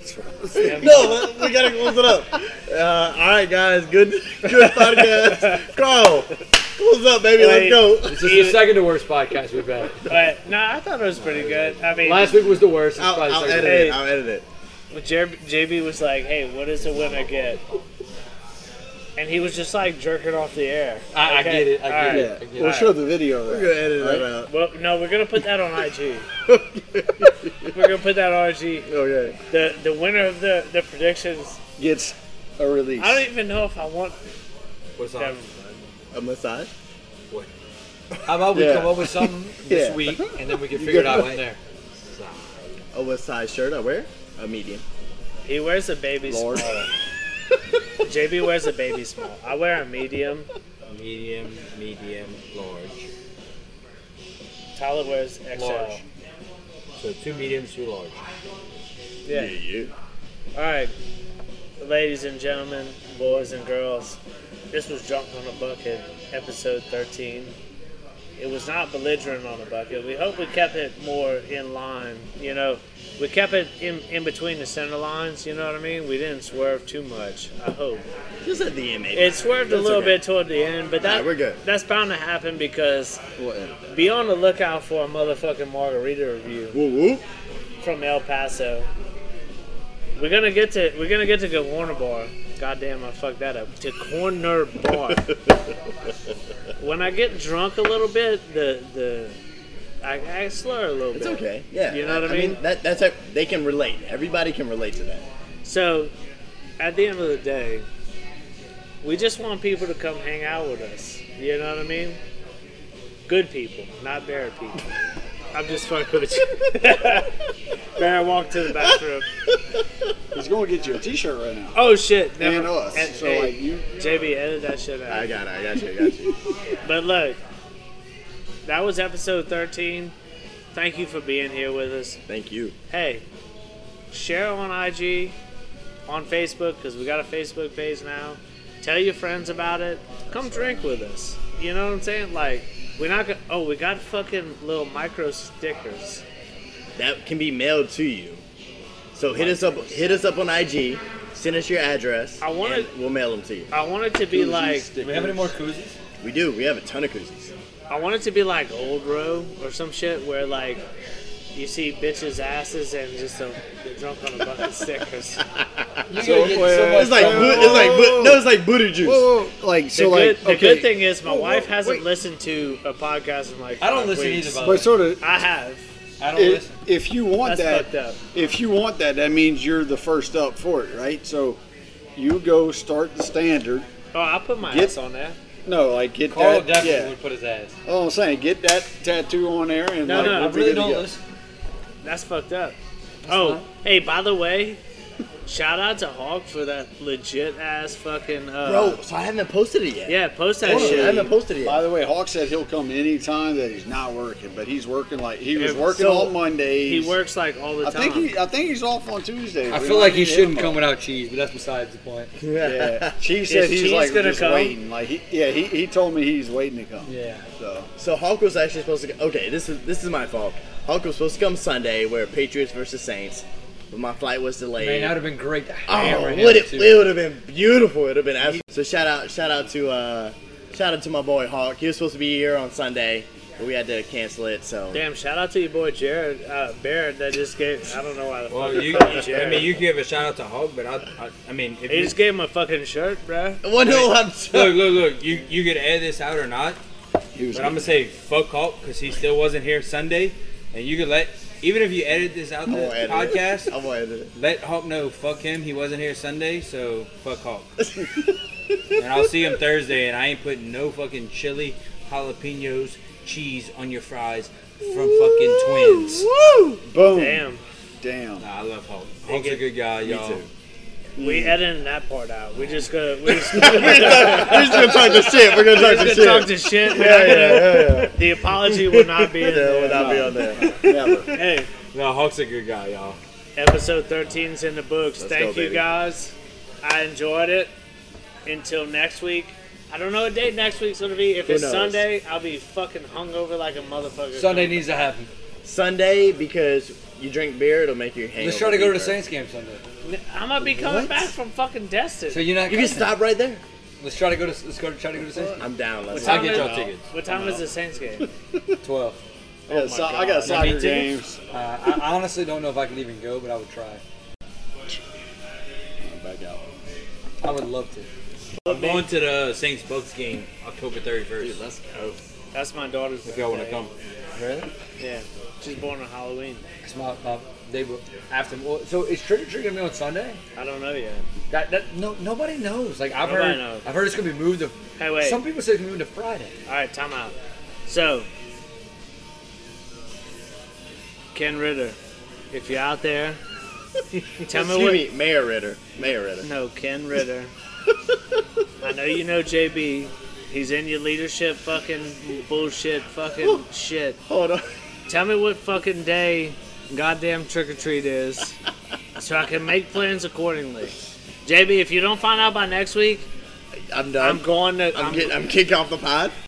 Oh, we gotta close it up. Uh, all right, guys. Good, good podcast. Carl, close up, baby.
Wait.
Let's go.
This is the second to worst podcast we've had.
wait. No, I thought it was pretty good. I mean,
Last week was the worst. It's
I'll,
probably the
I'll
second
edit
Hey.
it. I'll edit it.
But Jer- JB was like, "Hey, what does the winner get?" And he was just like jerking off the air.
I- I get it, I
all
get it.
Yeah. We'll show the video.
We're gonna edit
Right.
that out.
Well, no, we're gonna put that on IG. we're gonna put that on IG.
Okay.
The the winner of the the predictions.
Gets a release.
I don't even know if I want
What's up?
them.
A massage.
How about we
Yeah.
come up with something this
Yeah.
week and then we can figure it out from there.
Oh, what size shirt I wear? A medium.
He wears a baby
Lord.
small. JB wears a baby small. I wear a medium.
Medium, medium, large.
Tyler wears XL.
Large. So two mediums, two large.
Yeah.
you.
All right, ladies and gentlemen, boys and girls, this was Drunk on a Bucket, episode 13. It was not belligerent on a bucket. We hope we kept it more in line. You know, we kept it in, in between the center lines. You know what I mean? We didn't swerve too much. I hope
Just at the end, maybe.
it swerved a
That's
little
okay.
bit toward the end, but that
Nah, we're good.
That's bound to happen because
We'll edit that.
be on the lookout for a motherfucking margarita review
Woo woo.
from El Paso. We're gonna get to we're gonna get to Corner Bar. Goddamn, I fucked that up. To Corner Bar. when I get drunk a little bit, the the I, I slur a little
It's
bit.
okay. Yeah.
You know what I mean?
That that's a, they can relate. Everybody can relate to that.
So, at the end of the day, we just want people to come hang out with us. You know what I mean? Good people, not bad people. I'm just fucking with you. Bear walked to the bathroom.
He's going to get you a T-shirt right now.
Oh shit! Never.
And us.
And-
so
hey,
like you.
JB, edit that shit
I
out.
got it. I got you. I got you.
But look, that was episode 13. Thank you for being here with us.
Thank you.
Hey, share on IG, on Facebook, because we got a Facebook page now. Tell your friends about it. Come drink with us. You know what I'm saying? Like, we're not gonna. Oh, we got fucking little micro stickers.
That can be mailed to you. So hit us up. Hit us up on IG. Send us your address.
I wanna-
and We'll mail them to you.
I want it to be like.
Do we have any more koozies?
We do. We have a ton of koozies.
I want it to be like Old Row or some shit where like you see bitches' asses and just a, they're drunk on a bucket stickers.
So,
It's like
whoa,
boot- it's like boot- no, it's like booty juice.
whoa, whoa. like so
the,
like
good, the
okay.
good thing is my wife hasn't
wait.
listened to a podcast in like
I don't
five
listen
weeks.
either, by the way.
But sort of
I have.
I don't
if,
listen.
if you want
That's
that,
fucked up.
if you want that, that means you're the first up for it, right? So you go start the standard.
Oh, I put my
Get-
ass on there.
No, like get
Carl
that.
definitely
yeah.
would put his ass.
Oh, I'm saying get that tattoo on there and
No,
like,
no,
we'll
I
I
be
really
good to
don't
go.
listen.
That's fucked up. oh, hey, by the way, Shout out to Hawk for that legit ass fucking. Uh,
Bro, so I haven't posted it yet.
Yeah, post that
Oh,
Hold on, I
shit.
haven't posted it
By
yet.
the way, Hawk said he'll come anytime that he's not working, but he's working like he was
Yeah,
working
so-
on Mondays.
He works like all the
I
time.
think he, I think he's off on Tuesdays.
I
We
feel
might
like he
need him.
shouldn't come without cheese, but that's besides the point.
Yeah, she said he's
Cheese
like
gonna
just
come?
waiting. Like he, yeah, he, he told me he's waiting to come.
Yeah.
So
So Hulk was actually supposed to. Okay, this is this is my fault. Hulk was supposed to come Sunday, where Patriots versus Saints, but my flight was
Man,
delayed.
that would have been great to
oh,
hammer him.
would it?
too.
It would have been beautiful. It would have been absolutely. So shout out, shout out to, uh, shout out to my boy Hawk. He was supposed to be here on Sunday, but we had to cancel it. So
Damn! Shout out to your boy Jared uh, Barrett that just gave. I don't know why the
Well,
fuck
you,
I called
I mean, you can give a shout out to Hulk, but I, I, I mean, if
He
you,
just gave him a fucking shirt, bruh.
well, no, I'm.
look, look, look, you you could add this out or not,
he was.
but I'm gonna say fuck Hulk because he still wasn't here Sunday, and you could let even if you edit this out
I'm gonna
the
edit
podcast,
It. I'm gonna edit it.
Let Hulk know, fuck him. He wasn't here Sunday, so fuck Hulk. and I'll see him Thursday, and I ain't putting no fucking chili, jalapenos, cheese on your fries from fucking Twins.
boom.
Damn.
Damn.
Nah, I love Hulk. Hulk's a
it.
good guy, y'all.
too.
We editing that part out. We just gonna we just, we
We're just gonna talk the shit. We're gonna talk the
just
shit.
gonna talk to shit. We're
yeah,
not gonna-
yeah, yeah, yeah.
The apology will not be in
No,
there.
we'll not be on there. Never.
Hey,
No, Hulk's a good guy, y'all.
episode 13's in the books.
Let's
Thank
go,
you
baby.
guys. I enjoyed it. Until next week. I don't know what date next week's gonna be. If
Who
it's
knows?
Sunday, I'll be fucking hungover like a motherfucker.
Sunday needs to happen.
Sunday because you drink beer, it'll make you hang.
Let's try to go to the Saints game Sunday.
I might be coming
What?
back from fucking Destin.
So you're not.
You can
coming.
stop right there.
Let's try to go to. Let's go. Try to go to Saints. game.
I'm down. Let's
I'll get
is-
y'all tickets.
What time is the Saints game?
Twelve.
Oh
Yeah, so- I got soccer games.
Uh, I I honestly don't know if I could even go, but I would try.
Back out.
I would love to.
I'm going to the Saints Bucks game October 31st.
Let's go.
That's my daughter's.
if y'all want to
birthday.
come,
Really?
Yeah, she's born on Halloween.
It's my, my they were after. Well, so is trick or treat gonna be on Sunday?
I don't know yet.
That, that no nobody knows. Like I've
Nobody
heard.
knows.
I've heard it's gonna be moved to.
Hey, wait.
Some people say it's gonna be moved to Friday.
All right, time out. So, Ken Ritter, if you're out there, tell me
Excuse
what.
me, Mayor Ritter. Mayor Ritter.
No, Ken Ritter. I know you know JB. He's in your leadership fucking bullshit fucking shit.
Hold on.
Tell me what fucking day goddamn trick or treat is so I can make plans accordingly. JB, if you don't find out by next week,
I'm
I'm
done.
going to.
I'm,
I'm-
getting. I'm kicking off the pod.